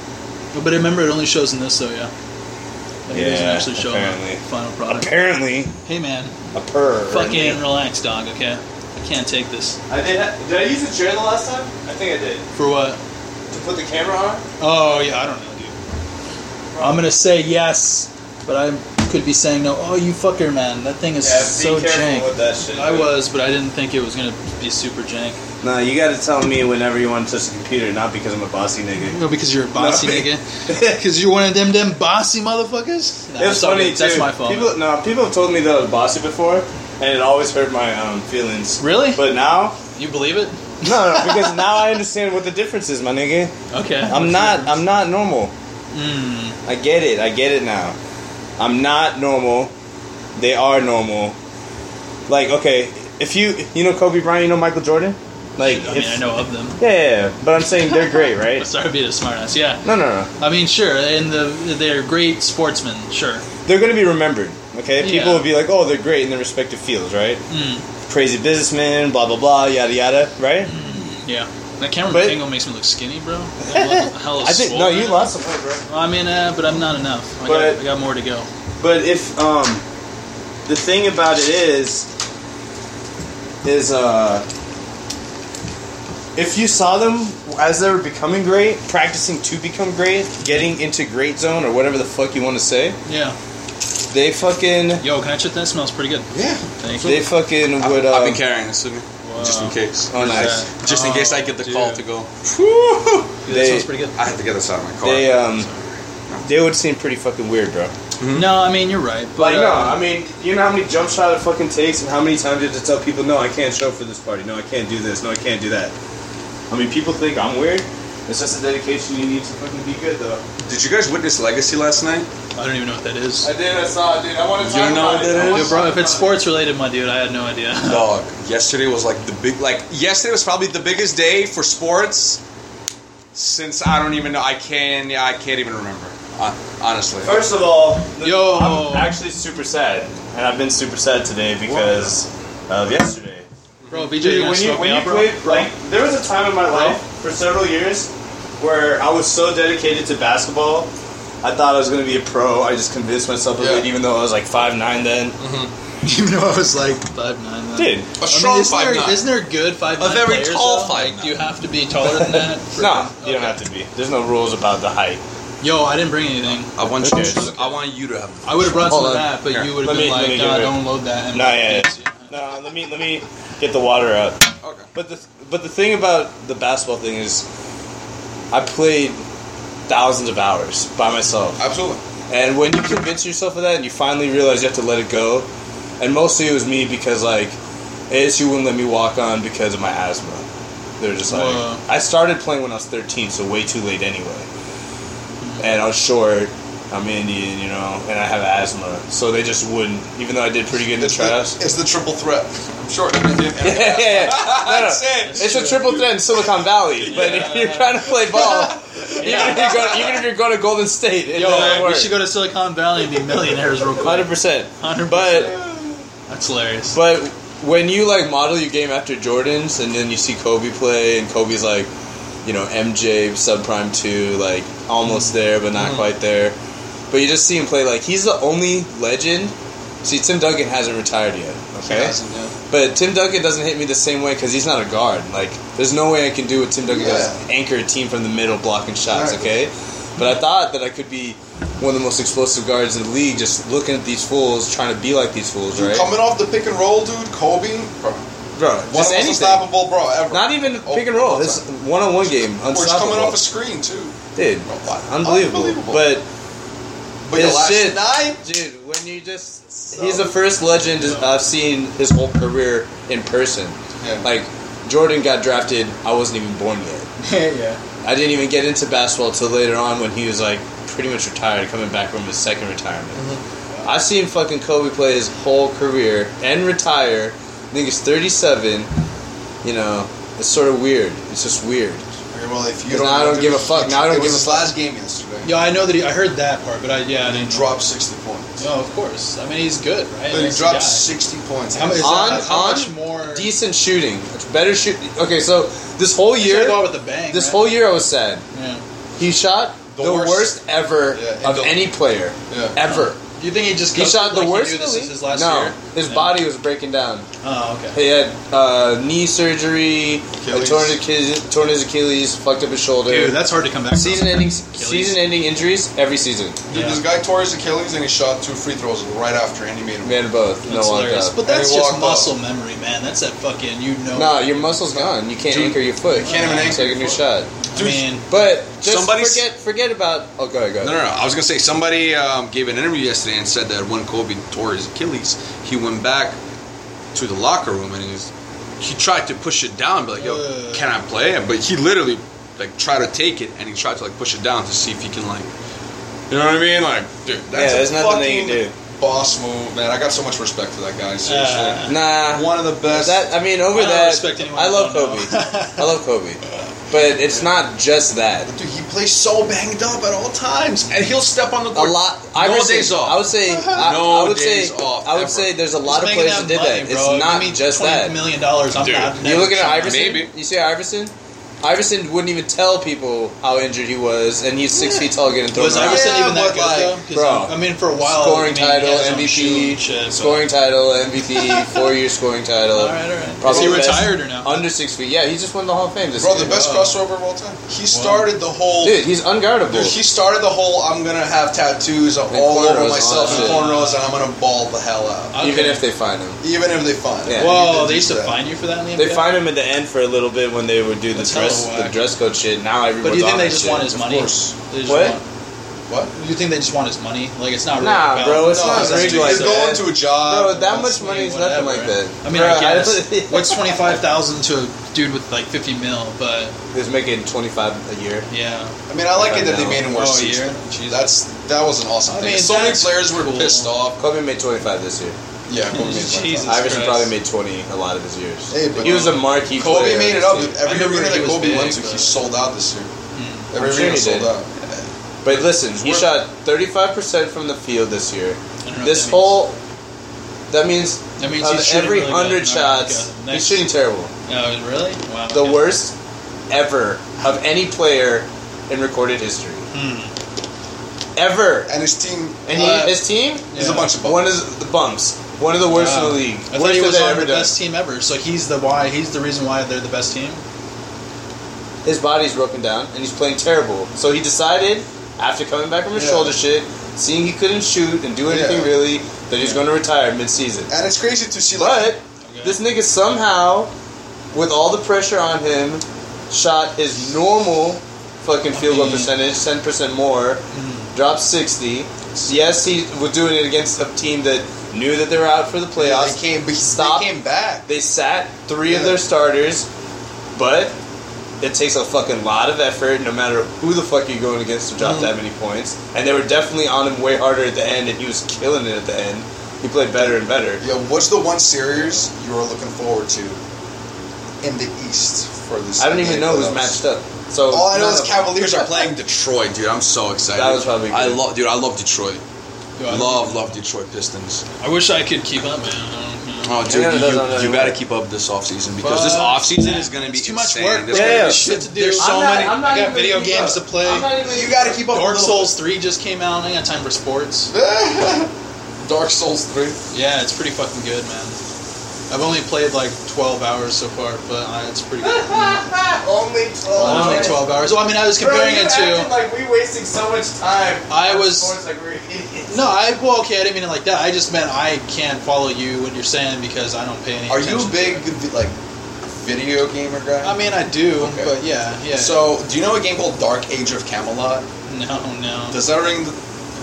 [SPEAKER 2] Oh, but remember, it only shows in this, though, yeah. Like, it doesn't
[SPEAKER 1] Yeah,
[SPEAKER 2] actually show in
[SPEAKER 1] apparently.
[SPEAKER 2] the final product.
[SPEAKER 1] Apparently,
[SPEAKER 2] Hey, man.
[SPEAKER 1] a purr.
[SPEAKER 2] Fucking relax, dog, okay? I can't take this.
[SPEAKER 4] I did. Ha- did I use a chair the last time? I think I did.
[SPEAKER 2] For what?
[SPEAKER 4] To put the camera on.
[SPEAKER 2] Oh, yeah, I don't know, dude. I'm gonna say yes, but I could be saying no. Oh, you fucker, man. That thing is
[SPEAKER 4] Yeah, be
[SPEAKER 2] so
[SPEAKER 4] careful
[SPEAKER 2] jank.
[SPEAKER 4] with that shit.
[SPEAKER 2] I
[SPEAKER 4] dude.
[SPEAKER 2] was, but I didn't think it was gonna be super jank.
[SPEAKER 1] No, you gotta tell me whenever you want to touch the computer, not because I'm a bossy nigga.
[SPEAKER 2] No, because you're a bossy
[SPEAKER 1] No.
[SPEAKER 2] nigga. Because you're one of them them bossy motherfuckers. Nah,
[SPEAKER 1] It's
[SPEAKER 2] all
[SPEAKER 1] funny
[SPEAKER 2] good. That's
[SPEAKER 1] too.
[SPEAKER 2] my fault.
[SPEAKER 1] People, no, people have told me that I was bossy before, and it always hurt my um, feelings.
[SPEAKER 2] Really?
[SPEAKER 1] But now,
[SPEAKER 2] you believe it?
[SPEAKER 1] no, no, because now I understand what the difference is, my nigga.
[SPEAKER 2] Okay. Hmm,
[SPEAKER 1] I'm not. I'm not normal. I get it. I get it now. I'm not normal. They are normal. Like okay, if you you know Kobe Bryant, you know Michael Jordan. Like
[SPEAKER 2] I
[SPEAKER 1] if,
[SPEAKER 2] mean, I know of them.
[SPEAKER 1] Yeah, yeah, yeah. but I'm saying they're great, right?
[SPEAKER 2] Sorry to be a smartass. Yeah.
[SPEAKER 1] No, no, no.
[SPEAKER 2] I mean, sure. And the they're great sportsmen. Sure.
[SPEAKER 1] They're gonna be remembered. Okay, people
[SPEAKER 2] Yeah. Hmm.
[SPEAKER 1] will be like, oh, they're great in their respective fields, right? Crazy businessmen, blah blah blah, yada yada, right?
[SPEAKER 2] Yeah. That Cameron
[SPEAKER 1] But-
[SPEAKER 2] Dingle makes me look skinny, bro. That lo- Hella
[SPEAKER 1] I think no,
[SPEAKER 2] swole.
[SPEAKER 1] you lost some weight, bro.
[SPEAKER 2] Well, I mean, uh, but I'm not enough. I,
[SPEAKER 1] But-
[SPEAKER 2] got, I got more to go.
[SPEAKER 1] But if um, the thing about it is, is uh, if you saw them as they were becoming great, practicing to become great, getting into great zone or whatever the fuck you want to say,
[SPEAKER 2] Yeah.
[SPEAKER 1] they fucking
[SPEAKER 2] Yo, can I check that? Smells pretty good.
[SPEAKER 3] Yeah.
[SPEAKER 2] Thank you.
[SPEAKER 1] they fucking
[SPEAKER 3] I've,
[SPEAKER 1] would. Uh,
[SPEAKER 3] I've been carrying this with me.
[SPEAKER 2] Wow.
[SPEAKER 3] Just in case.
[SPEAKER 1] Oh, nice.
[SPEAKER 3] Just in
[SPEAKER 2] Oh,
[SPEAKER 3] case I get the call
[SPEAKER 2] dude.
[SPEAKER 3] to go.
[SPEAKER 2] Dude, that
[SPEAKER 1] they-
[SPEAKER 2] smells pretty good.
[SPEAKER 3] I have to get this out of my car.
[SPEAKER 1] They um, they would seem pretty fucking weird, bro.
[SPEAKER 2] No, I mean you're right. But
[SPEAKER 1] Like no,
[SPEAKER 2] uh,
[SPEAKER 1] I mean, you know how many jump shot it fucking takes, and how many times you have to tell people, no, I can't show for this party, no, I can't do this, no, I can't do that. I mean, people think I'm weird. It's just a dedication you need to fucking be good, though.
[SPEAKER 3] Did you guys witness Legacy last night?
[SPEAKER 2] I don't even know what that is.
[SPEAKER 4] I did. I saw it, dude. I want to
[SPEAKER 3] You
[SPEAKER 4] talk
[SPEAKER 3] know
[SPEAKER 4] about
[SPEAKER 3] what
[SPEAKER 4] it.
[SPEAKER 3] that
[SPEAKER 4] I
[SPEAKER 3] is?
[SPEAKER 4] wanna
[SPEAKER 2] Yo, bro, if
[SPEAKER 4] talk
[SPEAKER 2] it's
[SPEAKER 4] about
[SPEAKER 2] sports related, my dude, I had no idea.
[SPEAKER 3] Dog. Yesterday was like the big. Like yesterday was probably the biggest day for sports since I don't even know. I can. Yeah, I can't even remember. Uh, honestly.
[SPEAKER 1] First of all, the-
[SPEAKER 2] Yo.
[SPEAKER 1] I'm actually super sad, and I've been super sad today because of yesterday.
[SPEAKER 2] Bro, BJ, you
[SPEAKER 1] Dude,
[SPEAKER 2] gonna
[SPEAKER 1] when you,
[SPEAKER 2] smoke
[SPEAKER 1] when
[SPEAKER 2] me
[SPEAKER 1] you
[SPEAKER 2] out, bro?
[SPEAKER 1] played, like, there was a time in my life for several years where I was so dedicated to basketball. I thought I was going to be a pro. I just convinced myself of
[SPEAKER 3] Yeah.
[SPEAKER 1] it, even though I was like five nine then.
[SPEAKER 2] Even though I was like five nine.
[SPEAKER 1] Dude,
[SPEAKER 2] Then.
[SPEAKER 3] A strong
[SPEAKER 2] isn't,
[SPEAKER 3] five
[SPEAKER 2] there,
[SPEAKER 3] nine.
[SPEAKER 2] isn't there good five?
[SPEAKER 3] A very tall
[SPEAKER 2] five. Like,
[SPEAKER 3] 5'9"?
[SPEAKER 2] do you have to be taller than that? for-
[SPEAKER 1] no, you
[SPEAKER 2] Okay.
[SPEAKER 1] don't have to be. There's no rules about the height.
[SPEAKER 2] Yo, I didn't bring anything.
[SPEAKER 3] I want you.
[SPEAKER 1] Okay.
[SPEAKER 3] I want you to have.
[SPEAKER 2] I would have brought some
[SPEAKER 3] Hold
[SPEAKER 2] of
[SPEAKER 3] on.
[SPEAKER 2] that, but
[SPEAKER 3] Here.
[SPEAKER 2] you would
[SPEAKER 1] Let
[SPEAKER 2] have been
[SPEAKER 1] me- let me
[SPEAKER 2] like,
[SPEAKER 1] give
[SPEAKER 2] "Nah,
[SPEAKER 1] it-
[SPEAKER 2] don't load that." And
[SPEAKER 1] No, yeah,
[SPEAKER 2] it's-
[SPEAKER 1] yeah. No, let me let me get the water out.
[SPEAKER 3] Okay.
[SPEAKER 1] But the but the thing about the basketball thing is, I played thousands of hours by myself.
[SPEAKER 3] Absolutely.
[SPEAKER 1] And when you convince yourself of that and you finally realize you have to let it go, and mostly it was me because like ASU wouldn't let me walk on because of my asthma. They were just like
[SPEAKER 2] Whoa.
[SPEAKER 1] I started playing when I was 13, so way too late anyway. And I was short. I'm Indian, you know, and I have asthma, so they just wouldn't. Even though I did pretty good in the tryouts.
[SPEAKER 3] it's the triple threat. I'm sure.
[SPEAKER 1] Yeah, yeah, yeah. No, no.
[SPEAKER 3] That's it.
[SPEAKER 1] It's a triple threat in Silicon Valley, but if you're trying to play ball, even, if you're going, even if you're going to Golden State, it doesn't
[SPEAKER 2] Yo, we
[SPEAKER 1] work.
[SPEAKER 2] should go to Silicon Valley and be millionaires real quick.
[SPEAKER 1] 100%.
[SPEAKER 2] 100%.
[SPEAKER 1] But
[SPEAKER 2] That's hilarious.
[SPEAKER 1] but when you like model your game after Jordan's, and then you see Kobe play, and Kobe's like, you know, MJ subprime two, like almost there but not quite there. But you just see him play like he's the only legend. See, Tim Duncan hasn't retired yet. Okay. But Tim Duncan doesn't hit me the same way because he's not a guard. Like, there's no way I can do what Tim Duncan does: anchor a team from the middle, blocking shots.
[SPEAKER 3] Right.
[SPEAKER 1] Okay. But I thought that I could be one of the most explosive guards in the league, just looking at these fools, trying to be like these fools, right?
[SPEAKER 3] Coming off the pick and roll, dude, Kobe, bro.
[SPEAKER 1] Bro, just
[SPEAKER 3] One of the most
[SPEAKER 1] anything.
[SPEAKER 3] unstoppable, bro, ever.
[SPEAKER 1] Not even
[SPEAKER 3] Oh,
[SPEAKER 1] pick and roll.
[SPEAKER 3] all
[SPEAKER 1] This
[SPEAKER 3] time.
[SPEAKER 1] one-on-one game,
[SPEAKER 3] Or just coming
[SPEAKER 1] unstoppable,
[SPEAKER 3] off a screen too.
[SPEAKER 1] dude,
[SPEAKER 3] Bro, what?
[SPEAKER 1] unbelievable.
[SPEAKER 3] Unbelievable.
[SPEAKER 1] But
[SPEAKER 3] But your
[SPEAKER 6] His
[SPEAKER 3] last
[SPEAKER 6] shit.
[SPEAKER 3] nine?
[SPEAKER 6] Dude, when you just. He's the first legend I've seen his whole career in person.
[SPEAKER 3] Yeah.
[SPEAKER 6] Like, Jordan got drafted, I wasn't even born yet.
[SPEAKER 5] yeah.
[SPEAKER 6] I didn't even get into basketball till later on when he was like pretty much retired, coming back from his second retirement. I've seen fucking Kobe play his whole career and retire. I think he's 37. You know, it's sort of weird. It's just weird.
[SPEAKER 3] Okay, well, if you
[SPEAKER 6] Because now I don't give a fuck. Now I don't
[SPEAKER 3] it was
[SPEAKER 6] give a
[SPEAKER 3] his
[SPEAKER 6] fuck.
[SPEAKER 3] last game yesterday.
[SPEAKER 2] Yeah, I know that he, I heard that part, but I yeah, I
[SPEAKER 3] And he
[SPEAKER 2] didn't.
[SPEAKER 6] Mm-hmm.
[SPEAKER 3] dropped 60 points.
[SPEAKER 2] No, of course. I mean, he's good, right?
[SPEAKER 3] But he
[SPEAKER 2] That's the
[SPEAKER 3] dropped
[SPEAKER 2] guy.
[SPEAKER 3] 60 points.
[SPEAKER 2] How, mu- is that-
[SPEAKER 6] On-
[SPEAKER 2] how
[SPEAKER 6] on
[SPEAKER 2] much more?
[SPEAKER 6] Decent shooting. Better shoot. Okay, so this whole
[SPEAKER 2] He started
[SPEAKER 6] year,
[SPEAKER 2] off with the bang.
[SPEAKER 6] this
[SPEAKER 2] right?
[SPEAKER 6] whole year I was sad.
[SPEAKER 2] Yeah.
[SPEAKER 6] He shot
[SPEAKER 3] The
[SPEAKER 6] the,
[SPEAKER 3] worst.
[SPEAKER 6] worst. ever
[SPEAKER 3] Yeah, and
[SPEAKER 6] of
[SPEAKER 3] the-
[SPEAKER 6] any player
[SPEAKER 3] Yeah.
[SPEAKER 6] ever.
[SPEAKER 2] Do you think he just
[SPEAKER 6] He
[SPEAKER 2] cooked,
[SPEAKER 6] shot the
[SPEAKER 2] like,
[SPEAKER 6] worst.
[SPEAKER 2] He
[SPEAKER 6] in
[SPEAKER 2] knew
[SPEAKER 6] the
[SPEAKER 2] this was
[SPEAKER 6] league?
[SPEAKER 2] his last
[SPEAKER 6] no,
[SPEAKER 2] year.
[SPEAKER 6] his
[SPEAKER 2] Yeah.
[SPEAKER 6] body was breaking down.
[SPEAKER 2] Oh, okay.
[SPEAKER 6] He had uh, knee surgery,
[SPEAKER 3] Achilles.
[SPEAKER 6] Achilles. torn Achilles, torn his Achilles, fucked up his shoulder.
[SPEAKER 5] Dude, that's hard to come back. from.
[SPEAKER 6] season-ending season-ending injuries every season.
[SPEAKER 3] Dude, this guy tore his Achilles and he shot two free throws right after and he made them.
[SPEAKER 6] Man, both.
[SPEAKER 2] That's
[SPEAKER 6] no one
[SPEAKER 2] hilarious.
[SPEAKER 6] got-
[SPEAKER 2] But that's
[SPEAKER 3] And he
[SPEAKER 2] just
[SPEAKER 3] walked off.
[SPEAKER 2] muscle memory, man. That's that fucking you know.
[SPEAKER 6] No, your muscle's gone. You can't
[SPEAKER 3] Dude,
[SPEAKER 6] anchor your foot.
[SPEAKER 3] can't even anchor
[SPEAKER 6] Take
[SPEAKER 3] your
[SPEAKER 6] a new
[SPEAKER 3] foot.
[SPEAKER 6] shot.
[SPEAKER 2] I mean,
[SPEAKER 6] But just
[SPEAKER 3] Somebody's-
[SPEAKER 6] forget forget about. Oh, go ahead, go.
[SPEAKER 3] No,
[SPEAKER 6] ahead.
[SPEAKER 3] no, no. I was gonna say somebody um, gave an interview yesterday and said that when Kobe tore his Achilles, he went back to the locker room and he's he tried to push it down, be like, "Yo,
[SPEAKER 2] Uh.
[SPEAKER 3] can I play?" But he literally like tried to take it and he tried to like push it down to see if he can like, you know what I mean? Like, dude, that's
[SPEAKER 6] Yeah,
[SPEAKER 3] a
[SPEAKER 6] there's nothing they can
[SPEAKER 3] fucking
[SPEAKER 6] do.
[SPEAKER 3] Boss move, man. I got so much respect for that guy. Seriously,
[SPEAKER 6] Nah.
[SPEAKER 3] one of the best.
[SPEAKER 6] That I mean, over
[SPEAKER 2] I don't
[SPEAKER 6] that,
[SPEAKER 2] respect anyone
[SPEAKER 6] I
[SPEAKER 2] that
[SPEAKER 6] love
[SPEAKER 2] don't
[SPEAKER 6] Kobe. I love Kobe, but it's not just that.
[SPEAKER 3] dude, he plays so banged up at all times, and he'll step on the
[SPEAKER 6] A
[SPEAKER 3] court.
[SPEAKER 6] lot. I
[SPEAKER 3] No
[SPEAKER 6] would say,
[SPEAKER 3] days off.
[SPEAKER 6] I would say. I,
[SPEAKER 3] No
[SPEAKER 6] I would
[SPEAKER 3] days
[SPEAKER 6] say.
[SPEAKER 3] off,
[SPEAKER 6] I would
[SPEAKER 3] ever.
[SPEAKER 6] say there's a
[SPEAKER 2] just
[SPEAKER 6] lot of
[SPEAKER 2] making
[SPEAKER 6] players that did
[SPEAKER 2] money,
[SPEAKER 6] that.
[SPEAKER 2] Bro.
[SPEAKER 6] It's
[SPEAKER 2] you
[SPEAKER 6] not
[SPEAKER 2] mean
[SPEAKER 6] just
[SPEAKER 2] $20
[SPEAKER 6] that.
[SPEAKER 2] million dollars. I'm
[SPEAKER 3] Dude,
[SPEAKER 2] not.
[SPEAKER 6] You look at Iverson.
[SPEAKER 3] Maybe.
[SPEAKER 6] You see Iverson. Iverson wouldn't even tell people how injured he was, and he's six feet tall, getting thrown
[SPEAKER 2] Was
[SPEAKER 6] around.
[SPEAKER 2] Iverson
[SPEAKER 3] Yeah,
[SPEAKER 2] even that
[SPEAKER 3] but
[SPEAKER 2] good
[SPEAKER 3] like,
[SPEAKER 2] though? 'Cause,
[SPEAKER 6] bro,
[SPEAKER 2] I mean, for a while,
[SPEAKER 6] scoring
[SPEAKER 2] I mean, he had
[SPEAKER 6] title,
[SPEAKER 2] his own
[SPEAKER 6] MVP,
[SPEAKER 2] shoe and shit, but-
[SPEAKER 6] scoring title, MVP, four-year scoring title.
[SPEAKER 2] All right, all right.
[SPEAKER 6] Probably
[SPEAKER 5] Is he
[SPEAKER 6] best-
[SPEAKER 5] retired or no?
[SPEAKER 6] Under six feet. Yeah, he just won the Hall of Fame. This
[SPEAKER 3] Bro,
[SPEAKER 6] year.
[SPEAKER 3] the
[SPEAKER 2] Oh,
[SPEAKER 3] best crossover of all time. He started the whole.
[SPEAKER 6] Dude, he's unguardable.
[SPEAKER 3] Dude, he started the whole I'm gonna have tattoos all
[SPEAKER 6] And
[SPEAKER 3] over
[SPEAKER 6] cornrows,
[SPEAKER 3] myself and
[SPEAKER 6] honestly.
[SPEAKER 3] cornrows and I'm gonna ball the hell out.
[SPEAKER 2] Okay.
[SPEAKER 6] Even if they find him,
[SPEAKER 3] Even if they find
[SPEAKER 6] Yeah.
[SPEAKER 3] it.
[SPEAKER 2] Whoa, they used to fine you for that in the NBA.
[SPEAKER 6] they find him at the end for a little bit when they would do the
[SPEAKER 2] That's
[SPEAKER 6] dress,
[SPEAKER 2] hella whack.
[SPEAKER 6] the dress code shit. Now everyone's
[SPEAKER 2] But do you think
[SPEAKER 6] on
[SPEAKER 2] they
[SPEAKER 6] that
[SPEAKER 2] just
[SPEAKER 6] shit.
[SPEAKER 2] want his
[SPEAKER 6] Of
[SPEAKER 2] money?
[SPEAKER 6] course.
[SPEAKER 2] They just
[SPEAKER 6] What?
[SPEAKER 2] want-
[SPEAKER 3] What?
[SPEAKER 2] You think they just want his money? Like it's not really
[SPEAKER 6] Nah,
[SPEAKER 2] about-
[SPEAKER 6] bro, it's
[SPEAKER 3] No,
[SPEAKER 6] not
[SPEAKER 3] that's
[SPEAKER 6] rigged
[SPEAKER 3] dude,
[SPEAKER 6] like
[SPEAKER 3] you're going
[SPEAKER 6] that.
[SPEAKER 3] to a job.
[SPEAKER 6] Bro, that much
[SPEAKER 2] Honestly,
[SPEAKER 6] money is
[SPEAKER 2] whatever.
[SPEAKER 6] nothing like that.
[SPEAKER 2] I mean,
[SPEAKER 6] Bro,
[SPEAKER 2] I guess
[SPEAKER 6] don't-
[SPEAKER 2] what's twenty five thousand to a dude with like fifty mil, but
[SPEAKER 6] He's making twenty five a year.
[SPEAKER 2] yeah,
[SPEAKER 3] I mean, I like it that they made him wear
[SPEAKER 2] Oh, a
[SPEAKER 3] suits.
[SPEAKER 2] year?
[SPEAKER 3] though. That's that was an awesome
[SPEAKER 2] I
[SPEAKER 3] thing.
[SPEAKER 2] mean,
[SPEAKER 3] so many
[SPEAKER 2] that's
[SPEAKER 3] players were
[SPEAKER 2] cool.
[SPEAKER 3] pissed off.
[SPEAKER 6] Kobe made twenty five this year.
[SPEAKER 3] Yeah, Kobe made fun of
[SPEAKER 2] Jesus.
[SPEAKER 3] him.
[SPEAKER 6] Iverson
[SPEAKER 2] Christ.
[SPEAKER 6] probably made twenty a lot of his years.
[SPEAKER 3] Hey, but
[SPEAKER 6] he was a marquee.
[SPEAKER 3] Kobe
[SPEAKER 6] player
[SPEAKER 3] made
[SPEAKER 6] on
[SPEAKER 3] it
[SPEAKER 6] his
[SPEAKER 3] up.
[SPEAKER 6] team.
[SPEAKER 3] Every
[SPEAKER 2] remember
[SPEAKER 3] arena
[SPEAKER 2] he
[SPEAKER 3] that
[SPEAKER 2] was
[SPEAKER 3] Kobe
[SPEAKER 2] big,
[SPEAKER 3] went to, he
[SPEAKER 2] but-
[SPEAKER 3] sold out this year. Every
[SPEAKER 6] I'm sure
[SPEAKER 3] arena
[SPEAKER 6] he
[SPEAKER 3] sold
[SPEAKER 6] did.
[SPEAKER 3] out.
[SPEAKER 6] But listen, he
[SPEAKER 3] worth-
[SPEAKER 6] shot thirty five percent from the field this
[SPEAKER 2] I
[SPEAKER 6] year.
[SPEAKER 2] don't know what
[SPEAKER 6] This
[SPEAKER 2] that
[SPEAKER 6] whole that means
[SPEAKER 2] means. that means
[SPEAKER 6] of
[SPEAKER 2] he's shooting
[SPEAKER 6] every
[SPEAKER 2] really
[SPEAKER 6] hundred
[SPEAKER 2] good. All right,
[SPEAKER 6] shots,
[SPEAKER 2] okay.
[SPEAKER 6] he's
[SPEAKER 2] Next.
[SPEAKER 6] shooting terrible.
[SPEAKER 2] Oh, really? Wow.
[SPEAKER 6] The
[SPEAKER 2] okay.
[SPEAKER 6] worst ever of any player in recorded history.
[SPEAKER 2] Hmm.
[SPEAKER 6] Ever.
[SPEAKER 3] And his team
[SPEAKER 6] And he,
[SPEAKER 2] Uh,
[SPEAKER 6] his team
[SPEAKER 3] is a
[SPEAKER 2] yeah.
[SPEAKER 3] bunch of
[SPEAKER 6] one of the bumps. One of the worst
[SPEAKER 2] Wow.
[SPEAKER 6] in the league.
[SPEAKER 2] I
[SPEAKER 6] worst
[SPEAKER 2] thought he
[SPEAKER 6] that
[SPEAKER 2] was
[SPEAKER 6] they
[SPEAKER 2] on
[SPEAKER 6] ever
[SPEAKER 2] the
[SPEAKER 6] done.
[SPEAKER 2] best team ever. So he's the why. He's the reason why they're the best team.
[SPEAKER 6] his body's broken down and he's playing terrible. So he decided, after coming back from his
[SPEAKER 3] Yeah.
[SPEAKER 6] shoulder shit, seeing he couldn't shoot and do anything
[SPEAKER 3] Yeah.
[SPEAKER 6] really, that he's going to retire mid-season.
[SPEAKER 3] and it's crazy to see like
[SPEAKER 6] But this nigga somehow, with all the pressure on him, shot his normal fucking field goal
[SPEAKER 2] mean-
[SPEAKER 6] percentage, ten percent more, dropped sixty. Yes, he was doing it against a team that knew that they were out for the playoffs.
[SPEAKER 3] they came,
[SPEAKER 6] Stop.
[SPEAKER 3] they came back.
[SPEAKER 6] They sat three
[SPEAKER 3] Yeah.
[SPEAKER 6] of their starters, but it takes a fucking lot of effort, no matter who the fuck you're going against to drop that many points. And they were definitely on him way harder at the end, and he was killing it at the end. He played better and better.
[SPEAKER 3] Yeah, what's the one series you are looking forward to in the East for this?
[SPEAKER 6] I don't even
[SPEAKER 3] NBA
[SPEAKER 6] know who's
[SPEAKER 3] playoffs?
[SPEAKER 6] matched up. So
[SPEAKER 3] All I know
[SPEAKER 6] none
[SPEAKER 3] is
[SPEAKER 6] of-
[SPEAKER 3] Cavaliers are playing Detroit, dude. I'm so excited.
[SPEAKER 6] That was probably
[SPEAKER 3] I
[SPEAKER 6] good.
[SPEAKER 3] love, dude. I love Detroit.
[SPEAKER 2] Yo, I-
[SPEAKER 3] Love, love Detroit Pistons.
[SPEAKER 2] I wish I could keep up, man. I don't know.
[SPEAKER 3] Oh, dude,
[SPEAKER 6] Yeah,
[SPEAKER 3] you,
[SPEAKER 6] those are the-
[SPEAKER 3] you, gotta keep up this offseason because this
[SPEAKER 2] Fuck.
[SPEAKER 3] offseason is gonna be
[SPEAKER 2] It's too much
[SPEAKER 3] insane.
[SPEAKER 2] work.
[SPEAKER 3] There's
[SPEAKER 6] Yeah,
[SPEAKER 3] gonna
[SPEAKER 6] yeah.
[SPEAKER 3] be
[SPEAKER 2] Shit
[SPEAKER 3] shit
[SPEAKER 2] to do.
[SPEAKER 3] There's so
[SPEAKER 6] I'm not-
[SPEAKER 3] many.
[SPEAKER 6] I'm not
[SPEAKER 2] I got
[SPEAKER 6] even
[SPEAKER 2] video
[SPEAKER 6] keeping
[SPEAKER 2] games
[SPEAKER 6] up.
[SPEAKER 2] to play.
[SPEAKER 6] I'm not even-
[SPEAKER 3] You gotta keep up.
[SPEAKER 2] Dark
[SPEAKER 3] a little
[SPEAKER 2] Souls Three just came out. I ain't got time for sports.
[SPEAKER 3] bit. Dark Souls three.
[SPEAKER 2] Yeah, it's pretty fucking good, man. I've only played like 12 hours so far, but uh, it's pretty good.
[SPEAKER 6] Only
[SPEAKER 2] Well, only 12 hours. Well, I mean, I was comparing it to.
[SPEAKER 6] like we wasting so much time.
[SPEAKER 2] I was.
[SPEAKER 6] like we're idiots.
[SPEAKER 2] No, I. Well, okay, I didn't mean it like that. I just meant I can't follow you what you're saying because I don't pay any
[SPEAKER 3] Are you
[SPEAKER 2] attention.
[SPEAKER 3] a big like video gamer guy?
[SPEAKER 2] I mean, I do,
[SPEAKER 3] Okay.
[SPEAKER 2] but yeah, yeah.
[SPEAKER 3] So, do you know a game called Dark Age of Camelot?
[SPEAKER 2] No, no.
[SPEAKER 3] Does that ring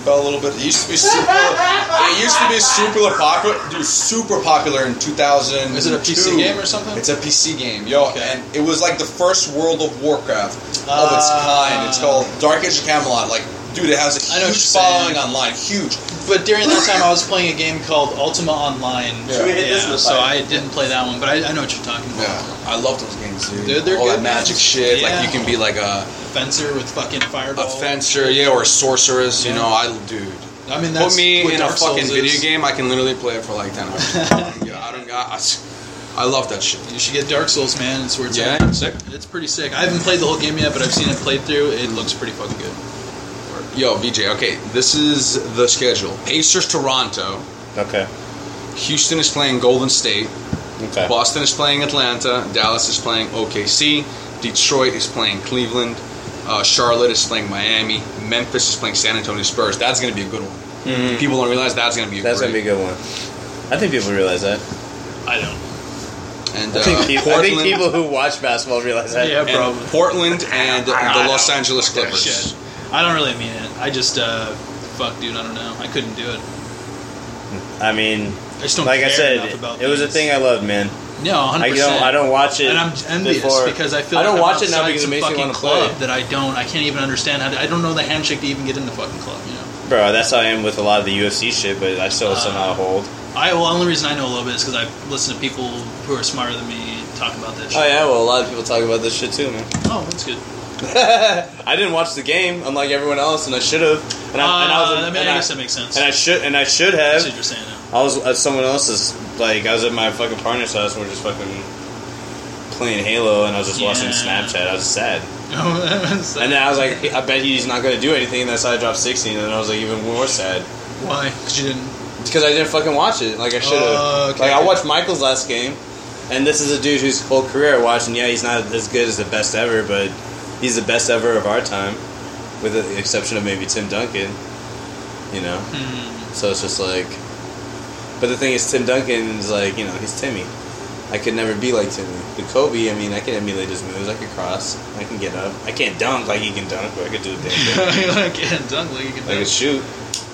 [SPEAKER 3] fell a little bit. It used to be super. it used to be super popular, dude. Super popular in 2000.
[SPEAKER 6] Is it a PC game or something?
[SPEAKER 3] It's a PC game, yo.
[SPEAKER 6] Okay.
[SPEAKER 3] And it was like the first World of Warcraft of oh, its
[SPEAKER 2] Uh,
[SPEAKER 3] kind. It's called Dark Age of Camelot. Like, dude, it has a
[SPEAKER 6] Ah. I know what
[SPEAKER 3] huge
[SPEAKER 6] you're
[SPEAKER 3] following
[SPEAKER 6] saying.
[SPEAKER 3] online. Huge.
[SPEAKER 7] But during that time, I was playing a game called Ultima Online.
[SPEAKER 3] Should we
[SPEAKER 8] hit this in the
[SPEAKER 2] so
[SPEAKER 8] fire?
[SPEAKER 2] I didn't play that one, but I, I know what you're talking about.
[SPEAKER 3] Yeah, I love those games, dude.
[SPEAKER 7] Dude, they're
[SPEAKER 3] All
[SPEAKER 7] good
[SPEAKER 3] that magic
[SPEAKER 7] games.
[SPEAKER 3] shit.
[SPEAKER 7] Yeah.
[SPEAKER 3] Like you can be like a,
[SPEAKER 7] Fencer with fucking
[SPEAKER 3] a
[SPEAKER 7] fireball.
[SPEAKER 3] fencer, yeah, or a sorceress. You know, I dude.
[SPEAKER 7] I mean, that's
[SPEAKER 3] Put me
[SPEAKER 7] what
[SPEAKER 3] in a
[SPEAKER 7] Dark Souls
[SPEAKER 3] fucking
[SPEAKER 7] is.
[SPEAKER 3] video game, I can literally play it for like ten hours. yeah, I don't got. I, I love that shit.
[SPEAKER 7] You should get Dark Souls, man. It's where it's
[SPEAKER 3] Yeah,
[SPEAKER 7] at.
[SPEAKER 3] sick.
[SPEAKER 7] It's pretty sick. I haven't played the whole game yet, but I've seen it played through. It looks pretty fucking good.
[SPEAKER 3] Yo, VJ. Okay, this is the schedule. Pacers, Toronto.
[SPEAKER 1] Okay.
[SPEAKER 3] Houston is playing Golden State.
[SPEAKER 1] Okay.
[SPEAKER 3] Boston is playing Atlanta. Dallas is playing OKC. Detroit is playing Cleveland. Uh, Charlotte is playing Miami. Memphis is playing San Antonio Spurs. That's going to be a good one. People don't realize that's going to be a
[SPEAKER 1] Mm-hmm. That's
[SPEAKER 3] great.
[SPEAKER 1] gonna be a good one. I think people realize that.
[SPEAKER 2] I don't.
[SPEAKER 3] and
[SPEAKER 1] I
[SPEAKER 3] uh,
[SPEAKER 1] think, people, I
[SPEAKER 3] Portland,
[SPEAKER 1] think people who watch basketball realize that.
[SPEAKER 2] Yeah,
[SPEAKER 3] and
[SPEAKER 2] probably.
[SPEAKER 3] Portland and the
[SPEAKER 2] I
[SPEAKER 3] Los
[SPEAKER 2] don't
[SPEAKER 3] Angeles
[SPEAKER 2] give a
[SPEAKER 3] Clippers.
[SPEAKER 2] shit. I don't really mean it. I just, uh, fuck, dude, I don't know. I couldn't do it.
[SPEAKER 1] I mean,
[SPEAKER 2] I just don't
[SPEAKER 1] like I
[SPEAKER 2] care
[SPEAKER 1] said,
[SPEAKER 2] enough about
[SPEAKER 1] it was a
[SPEAKER 2] these.
[SPEAKER 1] thing I loved, man.
[SPEAKER 2] No, 100%.
[SPEAKER 1] I don't. I don't watch it.
[SPEAKER 2] And I'm envious
[SPEAKER 1] before.
[SPEAKER 2] because I feel
[SPEAKER 6] I don't
[SPEAKER 2] like
[SPEAKER 6] watch
[SPEAKER 2] I'm
[SPEAKER 6] it now
[SPEAKER 2] outside
[SPEAKER 6] because it
[SPEAKER 2] some
[SPEAKER 6] makes me
[SPEAKER 2] fucking
[SPEAKER 6] wanna
[SPEAKER 2] club
[SPEAKER 6] play.
[SPEAKER 2] that I don't. I can't even understand how. To, I don't know the handshake to even get in the fucking club. You know.
[SPEAKER 1] bro. That's how I am with a lot of the UFC shit, but I
[SPEAKER 2] Uh,
[SPEAKER 1] still somehow hold.
[SPEAKER 2] I well, the only reason I know a little bit is because I listen to people who are smarter than me talk about that. Shit.
[SPEAKER 6] Oh yeah, well a lot of people talk about this shit too, man.
[SPEAKER 2] Oh, that's good.
[SPEAKER 6] I didn't watch the game, unlike everyone else, and I should have. And, I- and I was,
[SPEAKER 2] Uh, I mean,
[SPEAKER 6] and,
[SPEAKER 2] I
[SPEAKER 6] I,
[SPEAKER 2] guess that makes sense.
[SPEAKER 1] And I should. And I should
[SPEAKER 2] I
[SPEAKER 1] have.
[SPEAKER 2] see what you're saying. Now.
[SPEAKER 1] I was at someone else's. Like I was at my fucking partner's house. and We're just fucking playing Halo, and I was just watching
[SPEAKER 2] Yeah.
[SPEAKER 1] Snapchat. I was sad.
[SPEAKER 2] It's like,
[SPEAKER 6] and then I was like, I bet he's not gonna do anything. And that's how I dropped 16, and I was like even more sad
[SPEAKER 2] why? Because you didn't.
[SPEAKER 6] because I didn't fucking watch it. Like I should have.
[SPEAKER 2] Oh, okay.
[SPEAKER 6] Like I watched Michael's last game, and this is a dude whose whole career I watched, and yeah, he's not as good as the best ever, but he's the best ever of our time, with the exception of maybe Tim Duncan. You know,
[SPEAKER 2] Hmm.
[SPEAKER 6] so it's just like. But the thing is, Tim Duncan is like you know he's Timmy. I could never be like Timmy. The Kobe, I mean, I can emulate his moves. I can cross. I can get up. I can't dunk like he can dunk, but I could do a damn thing.
[SPEAKER 2] I can't dunk like you can.
[SPEAKER 6] I
[SPEAKER 2] dunk.
[SPEAKER 6] could shoot.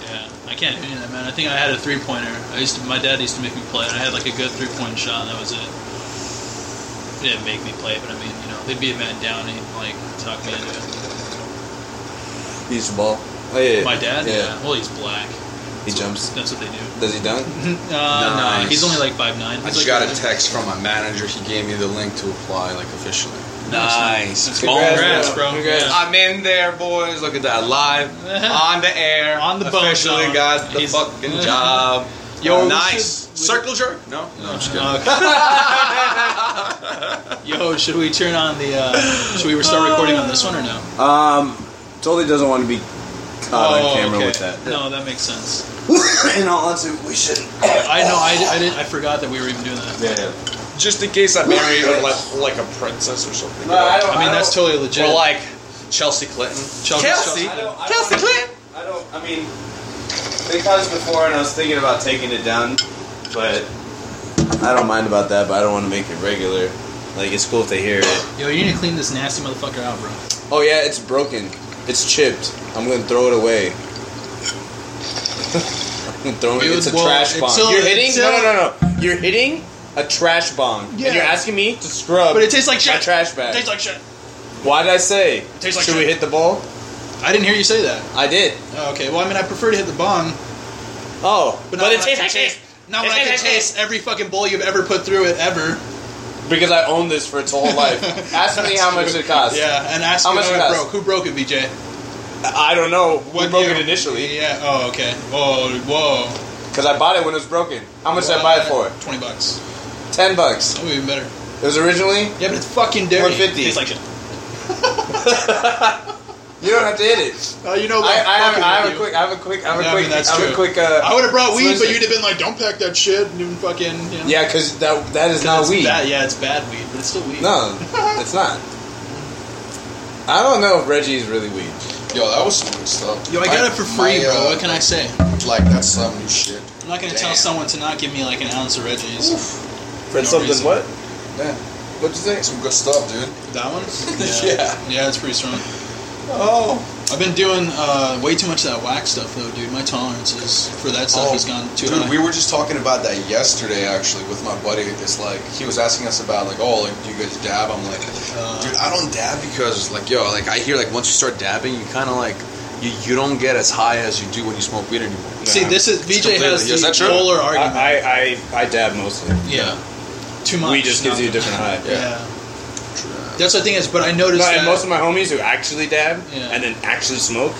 [SPEAKER 2] Yeah, I can't do any of that, man. I think I had a three pointer. I used to, my dad used to make me play, and I had like a good three point shot, and that was it. He didn't make me play, but I mean, you know, they'd be a man down, and he'd like talk me into it.
[SPEAKER 6] Beach ball. Oh yeah. yeah.
[SPEAKER 2] My dad,
[SPEAKER 6] Yeah.
[SPEAKER 2] yeah. Well, he's black.
[SPEAKER 6] He jumps.
[SPEAKER 2] That's what they do.
[SPEAKER 6] Does he dunk?
[SPEAKER 2] Uh, nah,
[SPEAKER 3] Nice.
[SPEAKER 2] he's only like five nine.
[SPEAKER 3] I just got a text from my manager. He gave me the link to apply, like officially.
[SPEAKER 2] Nice.
[SPEAKER 6] Congrats,
[SPEAKER 2] Congrats, bro.
[SPEAKER 6] Congrats.
[SPEAKER 2] Yeah.
[SPEAKER 3] I'm in there, boys. Look at that, live on the air,
[SPEAKER 2] On the bone
[SPEAKER 3] officially
[SPEAKER 2] zone.
[SPEAKER 3] got the
[SPEAKER 2] He's-
[SPEAKER 3] fucking job.
[SPEAKER 2] Yo, we
[SPEAKER 3] nice
[SPEAKER 2] should- we-
[SPEAKER 3] circle jerk. No, no, I'm just
[SPEAKER 2] Uh-huh.
[SPEAKER 3] kidding.
[SPEAKER 2] Yo, should we turn on the? Uh, should we start recording on this one or no?
[SPEAKER 6] Um, totally doesn't want to be caught on camera
[SPEAKER 2] okay.
[SPEAKER 6] with that.
[SPEAKER 2] No, that makes sense.
[SPEAKER 6] In all honesty, we shouldn't.
[SPEAKER 2] I know. I, I didn't. I forgot that we were even doing that.
[SPEAKER 3] Just in case I marry like, like a princess or something.
[SPEAKER 6] No, I don't.
[SPEAKER 2] I mean, that's totally legit.
[SPEAKER 3] or like Chelsea Clinton.
[SPEAKER 2] Chelsea-
[SPEAKER 3] Chelsea,
[SPEAKER 2] I
[SPEAKER 6] don't- I
[SPEAKER 3] Chelsea
[SPEAKER 6] don't-
[SPEAKER 3] Clinton.
[SPEAKER 6] I don't. I mean, they caught us before, and I was thinking about taking it down, but I don't mind about that. But I don't want to make it regular. Like it's cool if they hear it.
[SPEAKER 2] Yo, you need to clean this nasty motherfucker out, bro.
[SPEAKER 6] Oh yeah, it's broken. It's chipped. I'm gonna throw it away. I'm gonna throw it.
[SPEAKER 2] Dude,
[SPEAKER 6] It's a
[SPEAKER 2] well,
[SPEAKER 6] trash
[SPEAKER 2] it's
[SPEAKER 6] bomb.
[SPEAKER 2] still-
[SPEAKER 6] You're
[SPEAKER 2] it's
[SPEAKER 6] hitting?
[SPEAKER 2] still-
[SPEAKER 6] no, no, no, no. You're hitting a trash bomb,
[SPEAKER 2] Yeah.
[SPEAKER 6] and you're asking me to scrub.
[SPEAKER 2] But it tastes like
[SPEAKER 6] my
[SPEAKER 2] shit.
[SPEAKER 6] trash bag.
[SPEAKER 2] Tastes like shit.
[SPEAKER 6] Why did I say?
[SPEAKER 2] Tastes like
[SPEAKER 6] Should we
[SPEAKER 2] shit.
[SPEAKER 6] hit the ball?
[SPEAKER 2] I didn't hear you say that.
[SPEAKER 6] I did.
[SPEAKER 2] Oh, okay. Well, I mean, I prefer to hit the bong,
[SPEAKER 6] Oh,
[SPEAKER 2] but, not when I can taste- Not when I can taste every fucking bowl you've ever put through it ever.
[SPEAKER 6] because I own this for its whole life. Ask me how much it costs.
[SPEAKER 2] Yeah, and ask
[SPEAKER 6] How
[SPEAKER 2] me
[SPEAKER 6] much
[SPEAKER 2] how
[SPEAKER 6] it
[SPEAKER 2] it
[SPEAKER 6] costs?
[SPEAKER 2] broke. Who broke it, BJ?
[SPEAKER 6] I don't know. We
[SPEAKER 2] What
[SPEAKER 6] broke
[SPEAKER 2] year?
[SPEAKER 6] it initially
[SPEAKER 2] Yeah. Oh, okay. Whoa, whoa.
[SPEAKER 6] because I bought it when it was broken. How much did I buy it for?
[SPEAKER 2] Twenty bucks.
[SPEAKER 6] Ten bucks.
[SPEAKER 2] That would be even better.
[SPEAKER 6] It was originally.
[SPEAKER 2] Yeah, but it's fucking dirty.
[SPEAKER 6] 150.
[SPEAKER 2] Tastes like shit.
[SPEAKER 6] You don't have to hit it.
[SPEAKER 2] Oh, you know.
[SPEAKER 6] I, I, have,
[SPEAKER 2] fucking with
[SPEAKER 6] I have a
[SPEAKER 2] you.
[SPEAKER 6] quick. I have a quick. I have
[SPEAKER 2] Yeah, I
[SPEAKER 6] a quick.
[SPEAKER 2] mean, that's
[SPEAKER 6] I have a
[SPEAKER 2] true.
[SPEAKER 6] quick. Uh,
[SPEAKER 2] I would have brought weed,
[SPEAKER 6] solution.
[SPEAKER 2] but you'd have been like, "Don't pack that shit," and even fucking. You know.
[SPEAKER 6] Yeah, because that that is not
[SPEAKER 2] It's
[SPEAKER 6] weed.
[SPEAKER 2] Bad. Yeah, it's bad weed, but it's still weed.
[SPEAKER 6] No, it's not. I don't know if Reggie's really weed.
[SPEAKER 3] Yo, that was some good stuff.
[SPEAKER 2] Yo, I got it for free,
[SPEAKER 3] my,
[SPEAKER 2] bro.
[SPEAKER 3] uh,
[SPEAKER 2] What can I say?
[SPEAKER 3] Like that's some new shit.
[SPEAKER 2] I'm not gonna tell
[SPEAKER 3] Damn.
[SPEAKER 2] someone to not give me like an ounce of Reggie's.
[SPEAKER 1] For
[SPEAKER 2] No
[SPEAKER 1] something
[SPEAKER 2] reason.
[SPEAKER 1] what?
[SPEAKER 3] Yeah. What'd you think? Some good stuff, dude.
[SPEAKER 2] That one?
[SPEAKER 3] Yeah.
[SPEAKER 2] Yeah, it's pretty strong.
[SPEAKER 3] Oh.
[SPEAKER 2] I've been doing uh, way too much of that wax stuff though, dude. My tolerance is for that
[SPEAKER 6] Oh.
[SPEAKER 2] stuff has gone too
[SPEAKER 3] Oh, dude,
[SPEAKER 2] high.
[SPEAKER 3] we were just talking about that yesterday, actually, with my buddy. It's like he was asking us about like, oh, like, do you guys dab? I'm like,
[SPEAKER 2] Uh,
[SPEAKER 3] dude, I don't dab because like, yo, like I hear like once you start dabbing, you kind of like, you, you don't get as high as you do when you smoke weed anymore.
[SPEAKER 2] See, this is BJ has
[SPEAKER 3] completely- is that
[SPEAKER 2] the
[SPEAKER 3] true?
[SPEAKER 2] polar
[SPEAKER 6] I,
[SPEAKER 2] argument.
[SPEAKER 6] I, I, I dab mostly.
[SPEAKER 2] yeah, too much.
[SPEAKER 6] We just gives
[SPEAKER 2] not-
[SPEAKER 6] you a different high.
[SPEAKER 2] Yeah. That's the thing is, but I noticed
[SPEAKER 6] No,
[SPEAKER 2] that
[SPEAKER 6] and most of my homies who actually dab
[SPEAKER 2] Yeah.
[SPEAKER 6] and then actually smoke,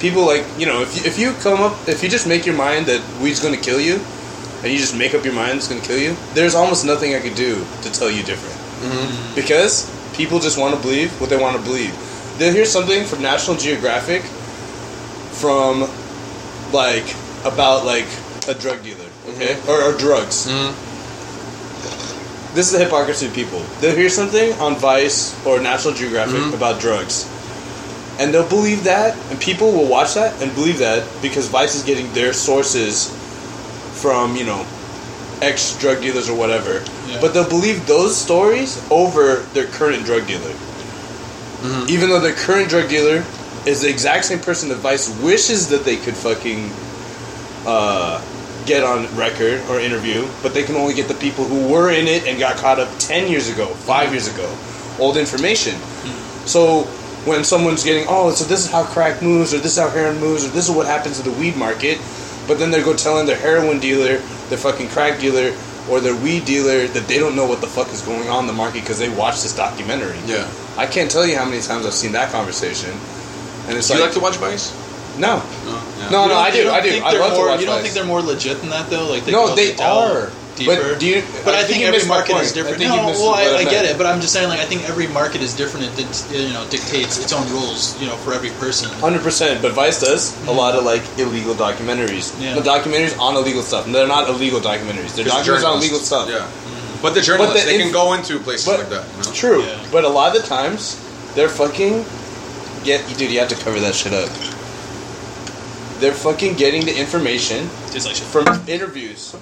[SPEAKER 6] people like you know if you, if you come up if you just make your mind that weed's gonna kill you, and you just make up your mind it's gonna kill you, there's almost nothing I could do to tell you different, because people just want to believe what they want to believe. They'll hear something from National Geographic, from like about like a drug dealer, okay, or, or drugs. This is the hypocrisy of people. They'll hear something on Vice or National Geographic about drugs, and they'll believe that, and people will watch that and believe that because Vice is getting their sources from you know ex drug dealers or whatever.
[SPEAKER 2] Yeah.
[SPEAKER 6] But they'll believe those stories over their current drug dealer, even though their current drug dealer is the exact same person that Vice wishes that they could fucking uh, get on record or interview, but they can only get the people who were in it and got caught up 10 years ago, 5 years ago, old information. So when someone's getting, oh, so this is how crack moves, or this is how heroin moves, or this is what happens to the weed market, but then they go telling their heroin dealer, their fucking crack dealer, or their weed dealer that they don't know what the fuck is going on in the market because they watched this documentary.
[SPEAKER 3] Yeah.
[SPEAKER 6] I can't tell you how many times I've seen that conversation. And it's
[SPEAKER 3] Do you like
[SPEAKER 6] like,
[SPEAKER 3] to watch Vice?
[SPEAKER 6] no.
[SPEAKER 3] yeah.
[SPEAKER 2] You
[SPEAKER 6] No, no,
[SPEAKER 2] don't-
[SPEAKER 6] I
[SPEAKER 2] you
[SPEAKER 6] do,
[SPEAKER 2] don't
[SPEAKER 6] I do.
[SPEAKER 2] think
[SPEAKER 6] I
[SPEAKER 2] they're
[SPEAKER 6] love
[SPEAKER 2] more-
[SPEAKER 6] to watch
[SPEAKER 2] You don't
[SPEAKER 6] Vice.
[SPEAKER 2] think they're more legit than that though? Like they
[SPEAKER 6] no,
[SPEAKER 2] go
[SPEAKER 6] they
[SPEAKER 2] down
[SPEAKER 6] are.
[SPEAKER 2] Deeper.
[SPEAKER 6] But do you?
[SPEAKER 2] But I, think,
[SPEAKER 6] you
[SPEAKER 2] every
[SPEAKER 6] missed my
[SPEAKER 2] market
[SPEAKER 6] point.
[SPEAKER 2] is different.
[SPEAKER 6] I think
[SPEAKER 2] no,
[SPEAKER 6] you missed
[SPEAKER 2] well,
[SPEAKER 6] what
[SPEAKER 2] I, I get
[SPEAKER 6] meant.
[SPEAKER 2] it, but I'm just saying, like, I think every market is different. It, dic- you know dictates its own rules, you know, for every person.
[SPEAKER 6] Hundred percent. But Vice does a lot of like illegal documentaries.
[SPEAKER 2] Yeah.
[SPEAKER 6] The documentaries on illegal stuff. They're not illegal documentaries. They're documentaries on illegal
[SPEAKER 3] Journalists.
[SPEAKER 6] stuff. Mm-hmm.
[SPEAKER 3] Yeah. But the journalists,
[SPEAKER 6] the
[SPEAKER 3] they
[SPEAKER 6] inf-
[SPEAKER 3] can go into places
[SPEAKER 6] But
[SPEAKER 3] like that. You know?
[SPEAKER 6] true.
[SPEAKER 2] Yeah.
[SPEAKER 6] But a lot of the times, they're fucking. Get dude, you have to cover that shit up. They're fucking getting the information
[SPEAKER 5] Tastes like shit.
[SPEAKER 6] from interviews.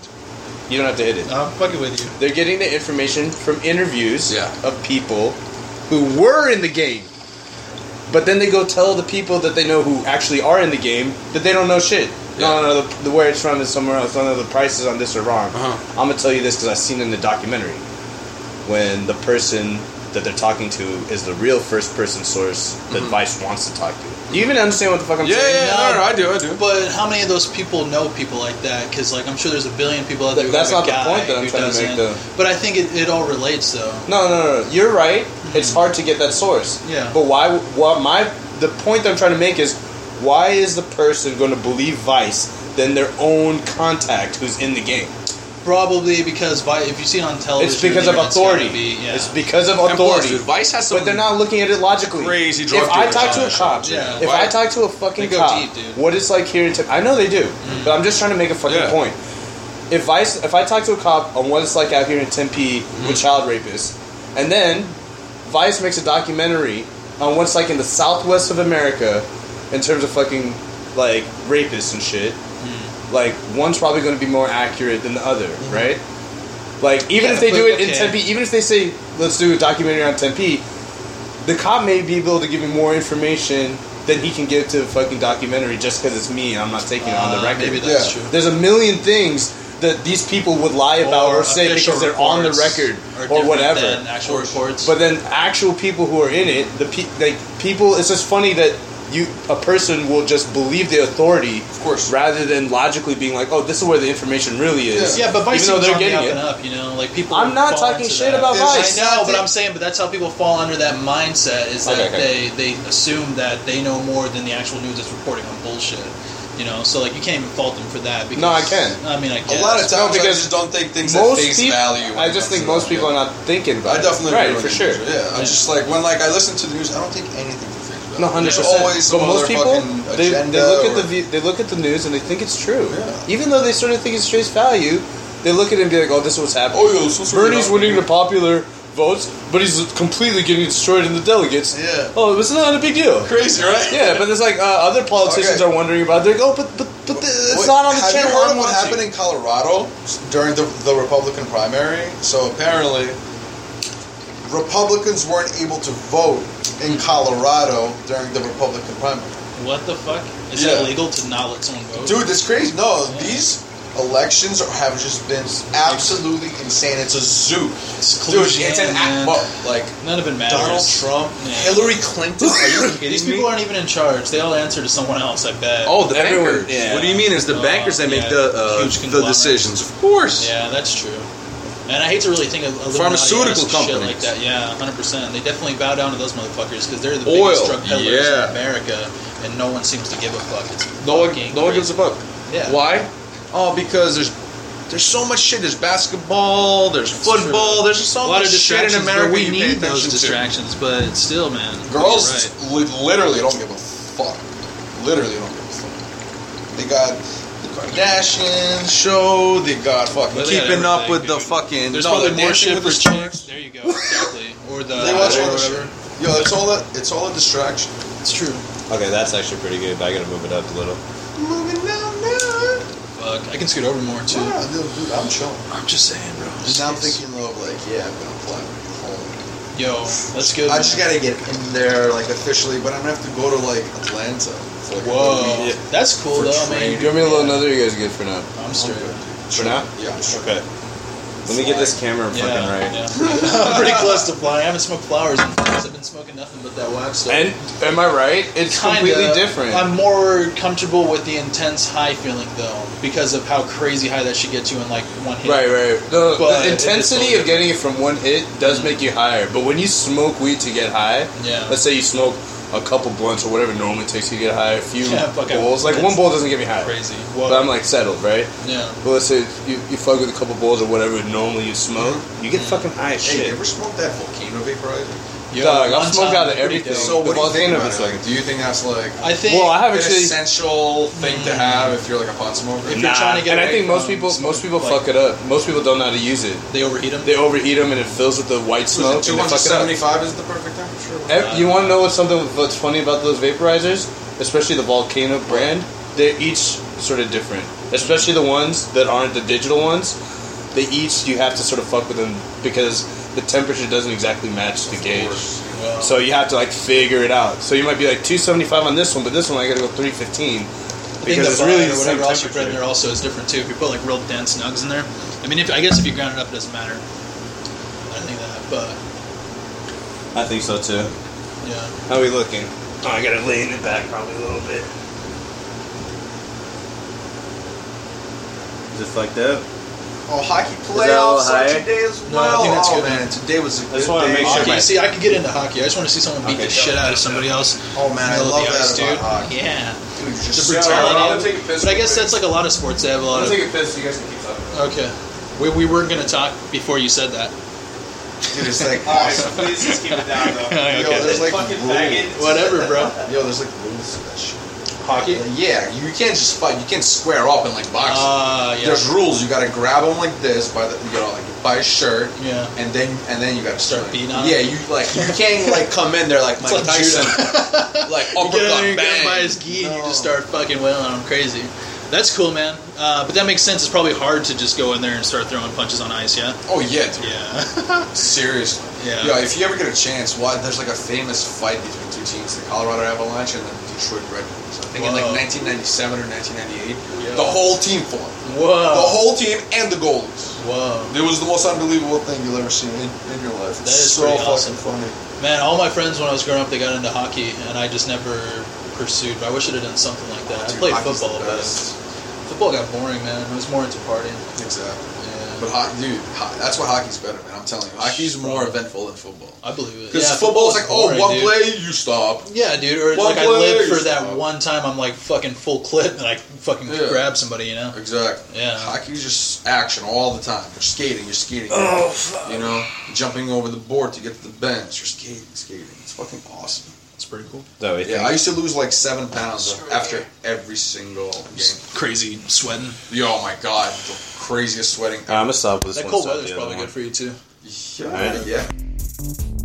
[SPEAKER 6] You don't have to hit it.
[SPEAKER 2] I'm fucking with you.
[SPEAKER 6] They're getting the information from interviews
[SPEAKER 3] Yeah.
[SPEAKER 6] of people who were in the game. But then they go tell the people that they know who actually are in the game that they don't know shit. No,
[SPEAKER 3] Yeah.
[SPEAKER 6] no, no. The, the where it's from is somewhere else. No, no, the prices on this are wrong.
[SPEAKER 3] Uh-huh.
[SPEAKER 6] I'm gonna tell you this because I seen in the documentary when the person that they're talking to is the real first person source that Vice wants to talk to. Do you even understand what the fuck I'm
[SPEAKER 3] Mm-hmm. Yeah, yeah,
[SPEAKER 6] saying?
[SPEAKER 3] yeah. No, no, I do, I do.
[SPEAKER 2] But how many of those people know people like that? Because like I'm sure there's a billion people out there. who
[SPEAKER 6] Th- that's
[SPEAKER 2] have a
[SPEAKER 6] not the point
[SPEAKER 2] guy
[SPEAKER 6] that I'm
[SPEAKER 2] who
[SPEAKER 6] trying to
[SPEAKER 2] doesn't.
[SPEAKER 6] make, though.
[SPEAKER 2] But I think it, it all relates though.
[SPEAKER 6] No, no, no, no. You're right. It's hard to get that source.
[SPEAKER 2] Mm-hmm. Yeah.
[SPEAKER 6] But why? What my the point that I'm trying to make is, why is the person going to believe Vice than their own contact who's in the game?
[SPEAKER 2] Probably because by, if you see it on television,
[SPEAKER 6] It's because of
[SPEAKER 2] yeah, gotta
[SPEAKER 6] authority.
[SPEAKER 2] be- yeah.
[SPEAKER 6] It's because of
[SPEAKER 3] And plus,
[SPEAKER 6] authority.
[SPEAKER 3] dude, Vice has some.
[SPEAKER 6] but they're not looking at it logically.
[SPEAKER 3] Crazy drug
[SPEAKER 6] If I
[SPEAKER 3] dealers
[SPEAKER 6] talk
[SPEAKER 3] on
[SPEAKER 6] to a
[SPEAKER 3] that
[SPEAKER 6] cop,
[SPEAKER 2] shit. Yeah.
[SPEAKER 6] if
[SPEAKER 3] Why?
[SPEAKER 6] I talk to a fucking
[SPEAKER 2] They go
[SPEAKER 6] cop,
[SPEAKER 2] deep, dude.
[SPEAKER 6] what it's like here in Texas, I know they do, but I'm just trying to make a fucking
[SPEAKER 3] Yeah.
[SPEAKER 6] point. If I s- if I talk to a cop on what it's like out here in Tempe
[SPEAKER 2] Mm-hmm.
[SPEAKER 6] with child rapists, and then Vice makes a documentary on what's like in the Southwest of America in terms of fucking like rapists and shit.
[SPEAKER 2] Mm.
[SPEAKER 6] Like one's probably going to be more accurate than the other, right? Like
[SPEAKER 2] Mm-hmm.
[SPEAKER 6] even
[SPEAKER 2] Yeah,
[SPEAKER 6] if they
[SPEAKER 2] but-
[SPEAKER 6] do it in
[SPEAKER 2] okay.
[SPEAKER 6] Tempe, even if they say let's do a documentary on Tempe, the cop may be able to give me more information than he can give to a fucking documentary just because it's me and I'm not taking it on
[SPEAKER 2] Uh,
[SPEAKER 6] the record.
[SPEAKER 2] maybe that's Yeah. true.
[SPEAKER 6] There's a million things that these people would lie about or,
[SPEAKER 2] Or
[SPEAKER 6] say
[SPEAKER 2] official
[SPEAKER 6] because they're on the
[SPEAKER 2] reports
[SPEAKER 6] record
[SPEAKER 2] are
[SPEAKER 6] or
[SPEAKER 2] different
[SPEAKER 6] whatever.
[SPEAKER 2] than actual reports.
[SPEAKER 6] But then actual people who are in it, the pe- like people, it's just funny that you a person will just believe the authority, of
[SPEAKER 3] course.
[SPEAKER 6] rather than logically being like, oh, this is where the information really is.
[SPEAKER 2] Yeah, but Vice
[SPEAKER 6] even
[SPEAKER 2] seems
[SPEAKER 6] though they're
[SPEAKER 2] on the
[SPEAKER 6] getting
[SPEAKER 2] up
[SPEAKER 6] it.
[SPEAKER 2] and up, you know, like people.
[SPEAKER 6] I'm not
[SPEAKER 2] fall
[SPEAKER 6] talking
[SPEAKER 2] into
[SPEAKER 6] shit
[SPEAKER 2] that.
[SPEAKER 6] about Vice.
[SPEAKER 2] I know, but I'm saying, but that's how people fall under that mindset is that
[SPEAKER 6] Okay, okay.
[SPEAKER 2] they they assume that they know more than the actual news is reporting on bullshit. You know, so like you can't even fault them for that. Because,
[SPEAKER 6] No, I can.
[SPEAKER 2] I mean, I can.
[SPEAKER 3] A lot of times,
[SPEAKER 6] No, because
[SPEAKER 3] I just don't think things at
[SPEAKER 6] most
[SPEAKER 3] face
[SPEAKER 6] people,
[SPEAKER 3] value. when
[SPEAKER 6] I
[SPEAKER 3] it
[SPEAKER 6] just
[SPEAKER 3] comes
[SPEAKER 6] think
[SPEAKER 3] to
[SPEAKER 6] most
[SPEAKER 3] that,
[SPEAKER 6] people
[SPEAKER 3] yeah.
[SPEAKER 6] are not thinking about
[SPEAKER 3] I
[SPEAKER 6] it.
[SPEAKER 3] definitely
[SPEAKER 6] right
[SPEAKER 3] agree
[SPEAKER 6] for
[SPEAKER 3] with
[SPEAKER 6] sure.
[SPEAKER 3] you. Yeah, I'm
[SPEAKER 2] Yeah.
[SPEAKER 3] just like when like I listen to the news, I don't take anything for face value.
[SPEAKER 6] No,
[SPEAKER 3] There's
[SPEAKER 6] hundred percent.
[SPEAKER 3] Always some
[SPEAKER 6] But most
[SPEAKER 3] other
[SPEAKER 6] people,
[SPEAKER 3] fucking
[SPEAKER 6] they,
[SPEAKER 3] agenda
[SPEAKER 6] they look
[SPEAKER 3] or-
[SPEAKER 6] at the view, they look at the news and they think it's true,
[SPEAKER 3] Yeah.
[SPEAKER 6] even though they sort of think it's face value. They look at it and be like, "Oh, this is what's happening."
[SPEAKER 3] Oh, yeah, this is what's
[SPEAKER 6] Bernie's
[SPEAKER 3] really
[SPEAKER 6] winning the popular votes, but he's completely getting destroyed in the delegates.
[SPEAKER 3] Yeah.
[SPEAKER 6] Oh, it was not a big deal.
[SPEAKER 3] crazy, right?
[SPEAKER 6] Yeah, but it's like uh, other politicians
[SPEAKER 3] Okay.
[SPEAKER 6] are wondering about. They're like, "Oh, but but, but the, it's
[SPEAKER 3] Wait,
[SPEAKER 6] not on the
[SPEAKER 3] have
[SPEAKER 6] channel."
[SPEAKER 3] you heard
[SPEAKER 6] I'm
[SPEAKER 3] of what
[SPEAKER 6] watching."
[SPEAKER 3] happened in Colorado during the, the Republican primary? So apparently, Republicans weren't able to vote in Colorado during the Republican primary.
[SPEAKER 2] What the fuck? Is
[SPEAKER 3] Yeah.
[SPEAKER 2] it illegal to not let someone vote?
[SPEAKER 3] Dude, that's crazy. No, these elections are, have just been absolutely insane. It's a zoo. Dude, it's an
[SPEAKER 2] man.
[SPEAKER 3] act. Like
[SPEAKER 2] None of it matters.
[SPEAKER 3] Donald Trump,
[SPEAKER 2] Yeah.
[SPEAKER 3] Hillary Clinton. Are you kidding
[SPEAKER 2] These
[SPEAKER 3] me?
[SPEAKER 2] people aren't even in charge. They all answer to someone else. I bet.
[SPEAKER 9] Oh, the bankers.
[SPEAKER 6] Everyone- yeah.
[SPEAKER 9] What do you mean? It's the
[SPEAKER 2] Uh,
[SPEAKER 9] bankers that
[SPEAKER 2] yeah,
[SPEAKER 9] make the uh,
[SPEAKER 2] huge
[SPEAKER 9] the
[SPEAKER 2] conglomerates.
[SPEAKER 9] decisions? Of course.
[SPEAKER 2] Yeah, that's true. And I hate to really think of Illuminati
[SPEAKER 9] Pharmaceutical
[SPEAKER 2] ass shit
[SPEAKER 9] companies.
[SPEAKER 2] like that. Yeah, hundred percent. They definitely bow down to those motherfuckers because they're the
[SPEAKER 9] Oil,
[SPEAKER 2] biggest drug peddlers
[SPEAKER 9] yeah.
[SPEAKER 2] in America, and no one seems to give a fuck. It's
[SPEAKER 9] No one,
[SPEAKER 2] fucking
[SPEAKER 9] no one gives a
[SPEAKER 2] crazy.
[SPEAKER 9] fuck.
[SPEAKER 2] Yeah.
[SPEAKER 9] Why? Oh, because there's there's so much shit. There's basketball. There's football. There's just so
[SPEAKER 2] A lot
[SPEAKER 9] much
[SPEAKER 2] of
[SPEAKER 9] shit
[SPEAKER 2] distractions.
[SPEAKER 9] in America.
[SPEAKER 2] but we
[SPEAKER 9] you pay
[SPEAKER 2] need those
[SPEAKER 9] attention to.
[SPEAKER 2] distractions, but still, man.
[SPEAKER 3] Girls
[SPEAKER 2] you're right.
[SPEAKER 3] li- literally don't give a fuck. Literally don't give a fuck. They got the Kardashian show. They got fucking.
[SPEAKER 2] Well, they got
[SPEAKER 9] Keeping up
[SPEAKER 2] everything,
[SPEAKER 9] with the
[SPEAKER 2] dude.
[SPEAKER 9] fucking.
[SPEAKER 2] There's
[SPEAKER 9] no,
[SPEAKER 2] probably
[SPEAKER 9] they're
[SPEAKER 2] more
[SPEAKER 9] dancing with
[SPEAKER 2] shit for
[SPEAKER 9] the
[SPEAKER 2] chicks. There you go. Exactly. or the
[SPEAKER 3] They watch all
[SPEAKER 2] or
[SPEAKER 3] the
[SPEAKER 2] whatever.
[SPEAKER 3] shit. Yo, it's all a, it's all a distraction.
[SPEAKER 2] It's true.
[SPEAKER 6] Okay, that's actually pretty good, but I gotta move it up a little.
[SPEAKER 3] Moving down there.
[SPEAKER 2] Fuck. I can scoot over more too.
[SPEAKER 3] Yeah, dude, dude, I'm chilling.
[SPEAKER 9] I'm just saying, bro.
[SPEAKER 3] Now I'm thinking of like, yeah, I'm gonna apply home.
[SPEAKER 2] Yo, that's good.
[SPEAKER 3] I
[SPEAKER 2] man.
[SPEAKER 3] just gotta get in there like officially, but I'm gonna have to go to like Atlanta. For, like,
[SPEAKER 2] Whoa, that's cool though, man.
[SPEAKER 6] You want me a little another? You guys good for now?
[SPEAKER 2] I'm straight.
[SPEAKER 6] For now?
[SPEAKER 3] Yeah, I'm sure.
[SPEAKER 6] Okay. Let me get this camera
[SPEAKER 2] Yeah,
[SPEAKER 6] fucking right.
[SPEAKER 2] yeah. I'm pretty close to flying. I haven't smoked flowers in years. I've been smoking nothing but that wax stuff.
[SPEAKER 6] And am I right? It's
[SPEAKER 2] Kinda.
[SPEAKER 6] completely different.
[SPEAKER 2] I'm more comfortable with the intense high feeling though, because of how crazy high that should get you in like one hit.
[SPEAKER 6] Right, right. The,
[SPEAKER 2] But
[SPEAKER 6] the
[SPEAKER 2] it-
[SPEAKER 6] intensity
[SPEAKER 2] it's-
[SPEAKER 6] of getting it from one hit does make you higher. But when you smoke weed to get high,
[SPEAKER 2] Yeah.
[SPEAKER 6] let's say you smoke a couple blunts or whatever normally takes you to get high, a few
[SPEAKER 2] Yeah, fuck, I-
[SPEAKER 6] bowls. Like one
[SPEAKER 2] that's
[SPEAKER 6] bowl doesn't get me high,
[SPEAKER 2] Crazy.
[SPEAKER 6] but I'm like settled, right?
[SPEAKER 2] yeah.
[SPEAKER 6] But let's say you, you fuck with a couple bowls or whatever normally you smoke, you get fucking high as
[SPEAKER 3] Hey, you
[SPEAKER 6] shit.
[SPEAKER 3] ever smoked that volcano vaporizer?
[SPEAKER 2] Yo,
[SPEAKER 6] Dog, I've
[SPEAKER 2] one
[SPEAKER 6] smoked
[SPEAKER 2] time,
[SPEAKER 6] out of
[SPEAKER 2] pretty
[SPEAKER 6] everything.
[SPEAKER 2] dope.
[SPEAKER 3] So
[SPEAKER 6] The
[SPEAKER 3] what do you think
[SPEAKER 6] volcano
[SPEAKER 3] about
[SPEAKER 6] is
[SPEAKER 3] it? Like, do you think that's like
[SPEAKER 2] I think.
[SPEAKER 6] Well, I
[SPEAKER 3] an
[SPEAKER 6] haven't actually.
[SPEAKER 3] essential thing to have if you're like a pot smoker?
[SPEAKER 2] If you're trying to get
[SPEAKER 6] and I
[SPEAKER 2] away
[SPEAKER 6] think most
[SPEAKER 2] from
[SPEAKER 6] people, most people
[SPEAKER 2] like-
[SPEAKER 6] fuck it up. Most people don't know how to use it.
[SPEAKER 2] they overheat them.
[SPEAKER 6] They overheat them and it fills with the white smoke.
[SPEAKER 3] Was it
[SPEAKER 6] and they fuck
[SPEAKER 3] 275
[SPEAKER 6] it up.
[SPEAKER 3] is the perfect temperature.
[SPEAKER 6] Ev- You want to know what's something what's funny about those vaporizers, especially the Volcano brand? They're each sort of different, especially the ones that aren't the digital ones. They each you have to sort of fuck with them because the temperature doesn't exactly match the gauge.
[SPEAKER 2] Wow.
[SPEAKER 6] So you have to like figure it out. So you might be like 275 on this one, but this one I got to go 315
[SPEAKER 2] I think
[SPEAKER 6] because
[SPEAKER 2] the
[SPEAKER 6] it's
[SPEAKER 2] bud
[SPEAKER 6] really
[SPEAKER 2] or
[SPEAKER 6] the same
[SPEAKER 2] whatever else you put in
[SPEAKER 6] temperature.
[SPEAKER 2] there also is different too. If you put like real dense nugs in there, I mean, if I guess if you ground it up, it doesn't matter. I don't think that, but
[SPEAKER 6] I think so too.
[SPEAKER 2] yeah.
[SPEAKER 6] How we looking? Oh, I gotta lean it back probably a little bit.
[SPEAKER 1] Just like that.
[SPEAKER 3] Oh, hockey
[SPEAKER 1] that a little
[SPEAKER 3] playoffs
[SPEAKER 1] higher?
[SPEAKER 3] on today as
[SPEAKER 2] No, I
[SPEAKER 3] well.
[SPEAKER 2] think that's
[SPEAKER 3] oh
[SPEAKER 2] good.
[SPEAKER 3] man, today was a good
[SPEAKER 6] just wanna
[SPEAKER 3] day.
[SPEAKER 6] make sure
[SPEAKER 2] Hockey.
[SPEAKER 6] my-
[SPEAKER 2] See, I could get into hockey. I just want to see someone beat the shit out of somebody else.
[SPEAKER 3] Oh man, I
[SPEAKER 2] Middle of
[SPEAKER 3] love
[SPEAKER 2] the
[SPEAKER 3] that
[SPEAKER 2] ice,
[SPEAKER 3] about
[SPEAKER 2] dude.
[SPEAKER 3] hockey.
[SPEAKER 2] Yeah,
[SPEAKER 3] Dude, you're
[SPEAKER 2] the
[SPEAKER 3] just
[SPEAKER 2] brutality.
[SPEAKER 9] take a piss
[SPEAKER 2] but I
[SPEAKER 9] real
[SPEAKER 2] guess
[SPEAKER 9] quick.
[SPEAKER 2] that's like a lot of sports. They have a lot of.
[SPEAKER 6] a piss. You guys can keep talking.
[SPEAKER 2] Okay, we, we weren't gonna talk before you said that.
[SPEAKER 3] dude, it's like
[SPEAKER 1] All right, so
[SPEAKER 3] awesome.
[SPEAKER 1] please just keep it down, though.
[SPEAKER 2] Okay.
[SPEAKER 3] Yo, there's like
[SPEAKER 1] Fucking
[SPEAKER 3] rules.
[SPEAKER 1] faggot.
[SPEAKER 2] Whatever, bro.
[SPEAKER 3] Yo, there's like rules to that shit.
[SPEAKER 2] Hockey.
[SPEAKER 3] Yeah, you can't just fight. You can't square up and like box.
[SPEAKER 2] Uh, yeah.
[SPEAKER 3] There's rules. You gotta grab him like this by the you gotta like by his shirt,
[SPEAKER 2] Yeah.
[SPEAKER 3] and then and then you gotta
[SPEAKER 2] Start
[SPEAKER 3] swing.
[SPEAKER 2] beating on
[SPEAKER 3] Yeah,
[SPEAKER 2] him.
[SPEAKER 3] you like you can't like come in there like
[SPEAKER 2] It's
[SPEAKER 3] Mike
[SPEAKER 2] like
[SPEAKER 3] Tyson, like
[SPEAKER 2] You get out there, you get him
[SPEAKER 3] uppercut
[SPEAKER 2] by
[SPEAKER 3] bang.
[SPEAKER 2] his gi, and you
[SPEAKER 3] No.
[SPEAKER 2] just start fucking wailing on him crazy. That's cool, man. Uh, but that makes sense. It's probably hard to just go in there and start throwing punches on ice. Yeah.
[SPEAKER 3] Oh yeah, dude.
[SPEAKER 2] Yeah.
[SPEAKER 3] Seriously.
[SPEAKER 2] Yeah.
[SPEAKER 3] Yo, if you ever get a chance, why there's like a famous fight between two teams, the Colorado Avalanche and the Detroit Red Wings. I think in
[SPEAKER 2] Whoa.
[SPEAKER 3] like 1997 or 1998,
[SPEAKER 2] Yo.
[SPEAKER 3] the whole team fought. The
[SPEAKER 2] Whoa.
[SPEAKER 3] whole team and the goalies.
[SPEAKER 2] Whoa.
[SPEAKER 3] It was the most unbelievable thing you'll ever see in, in your life.
[SPEAKER 2] That is
[SPEAKER 3] so
[SPEAKER 2] pretty awesome.
[SPEAKER 3] fucking funny.
[SPEAKER 2] Man, all my friends when I was growing up, they got into hockey, and I just never pursued. I wish I'd have done something like that. I
[SPEAKER 3] Dude,
[SPEAKER 2] played
[SPEAKER 3] hockey's
[SPEAKER 2] football,
[SPEAKER 3] the
[SPEAKER 2] but
[SPEAKER 3] best.
[SPEAKER 2] football got boring, man. I was more into partying.
[SPEAKER 3] Exactly.
[SPEAKER 2] Yeah,
[SPEAKER 3] But hockey, dude, ho- that's why hockey's better, man. I'm telling you, hockey's more eventful than football.
[SPEAKER 2] I believe it.
[SPEAKER 3] Because
[SPEAKER 2] yeah,
[SPEAKER 3] football's like, oh,
[SPEAKER 2] boring,
[SPEAKER 3] one
[SPEAKER 2] dude.
[SPEAKER 3] play, you stop.
[SPEAKER 2] Yeah, dude. Or like
[SPEAKER 3] One
[SPEAKER 2] I
[SPEAKER 3] play,
[SPEAKER 2] live for
[SPEAKER 3] you
[SPEAKER 2] that
[SPEAKER 3] stop.
[SPEAKER 2] one time. I'm like fucking full clip, and I fucking
[SPEAKER 3] Yeah.
[SPEAKER 2] grab somebody. You know.
[SPEAKER 3] Exactly.
[SPEAKER 2] Yeah.
[SPEAKER 3] Hockey's just action all the time. You're skating, you're skating. Oh, fuck. You know, jumping over the board to get to the bench. You're skating, skating. It's fucking awesome.
[SPEAKER 2] It's pretty cool.
[SPEAKER 6] So I think
[SPEAKER 3] Yeah, I used to lose like seven pounds after every single game.
[SPEAKER 2] Crazy sweating.
[SPEAKER 3] Yo, oh my god, the craziest sweating.
[SPEAKER 6] I'm gonna stop with
[SPEAKER 2] That
[SPEAKER 6] this one.
[SPEAKER 2] cold
[SPEAKER 6] stop
[SPEAKER 2] weather's
[SPEAKER 6] the other
[SPEAKER 2] probably
[SPEAKER 6] one.
[SPEAKER 2] good for you too.
[SPEAKER 3] Yeah, yeah.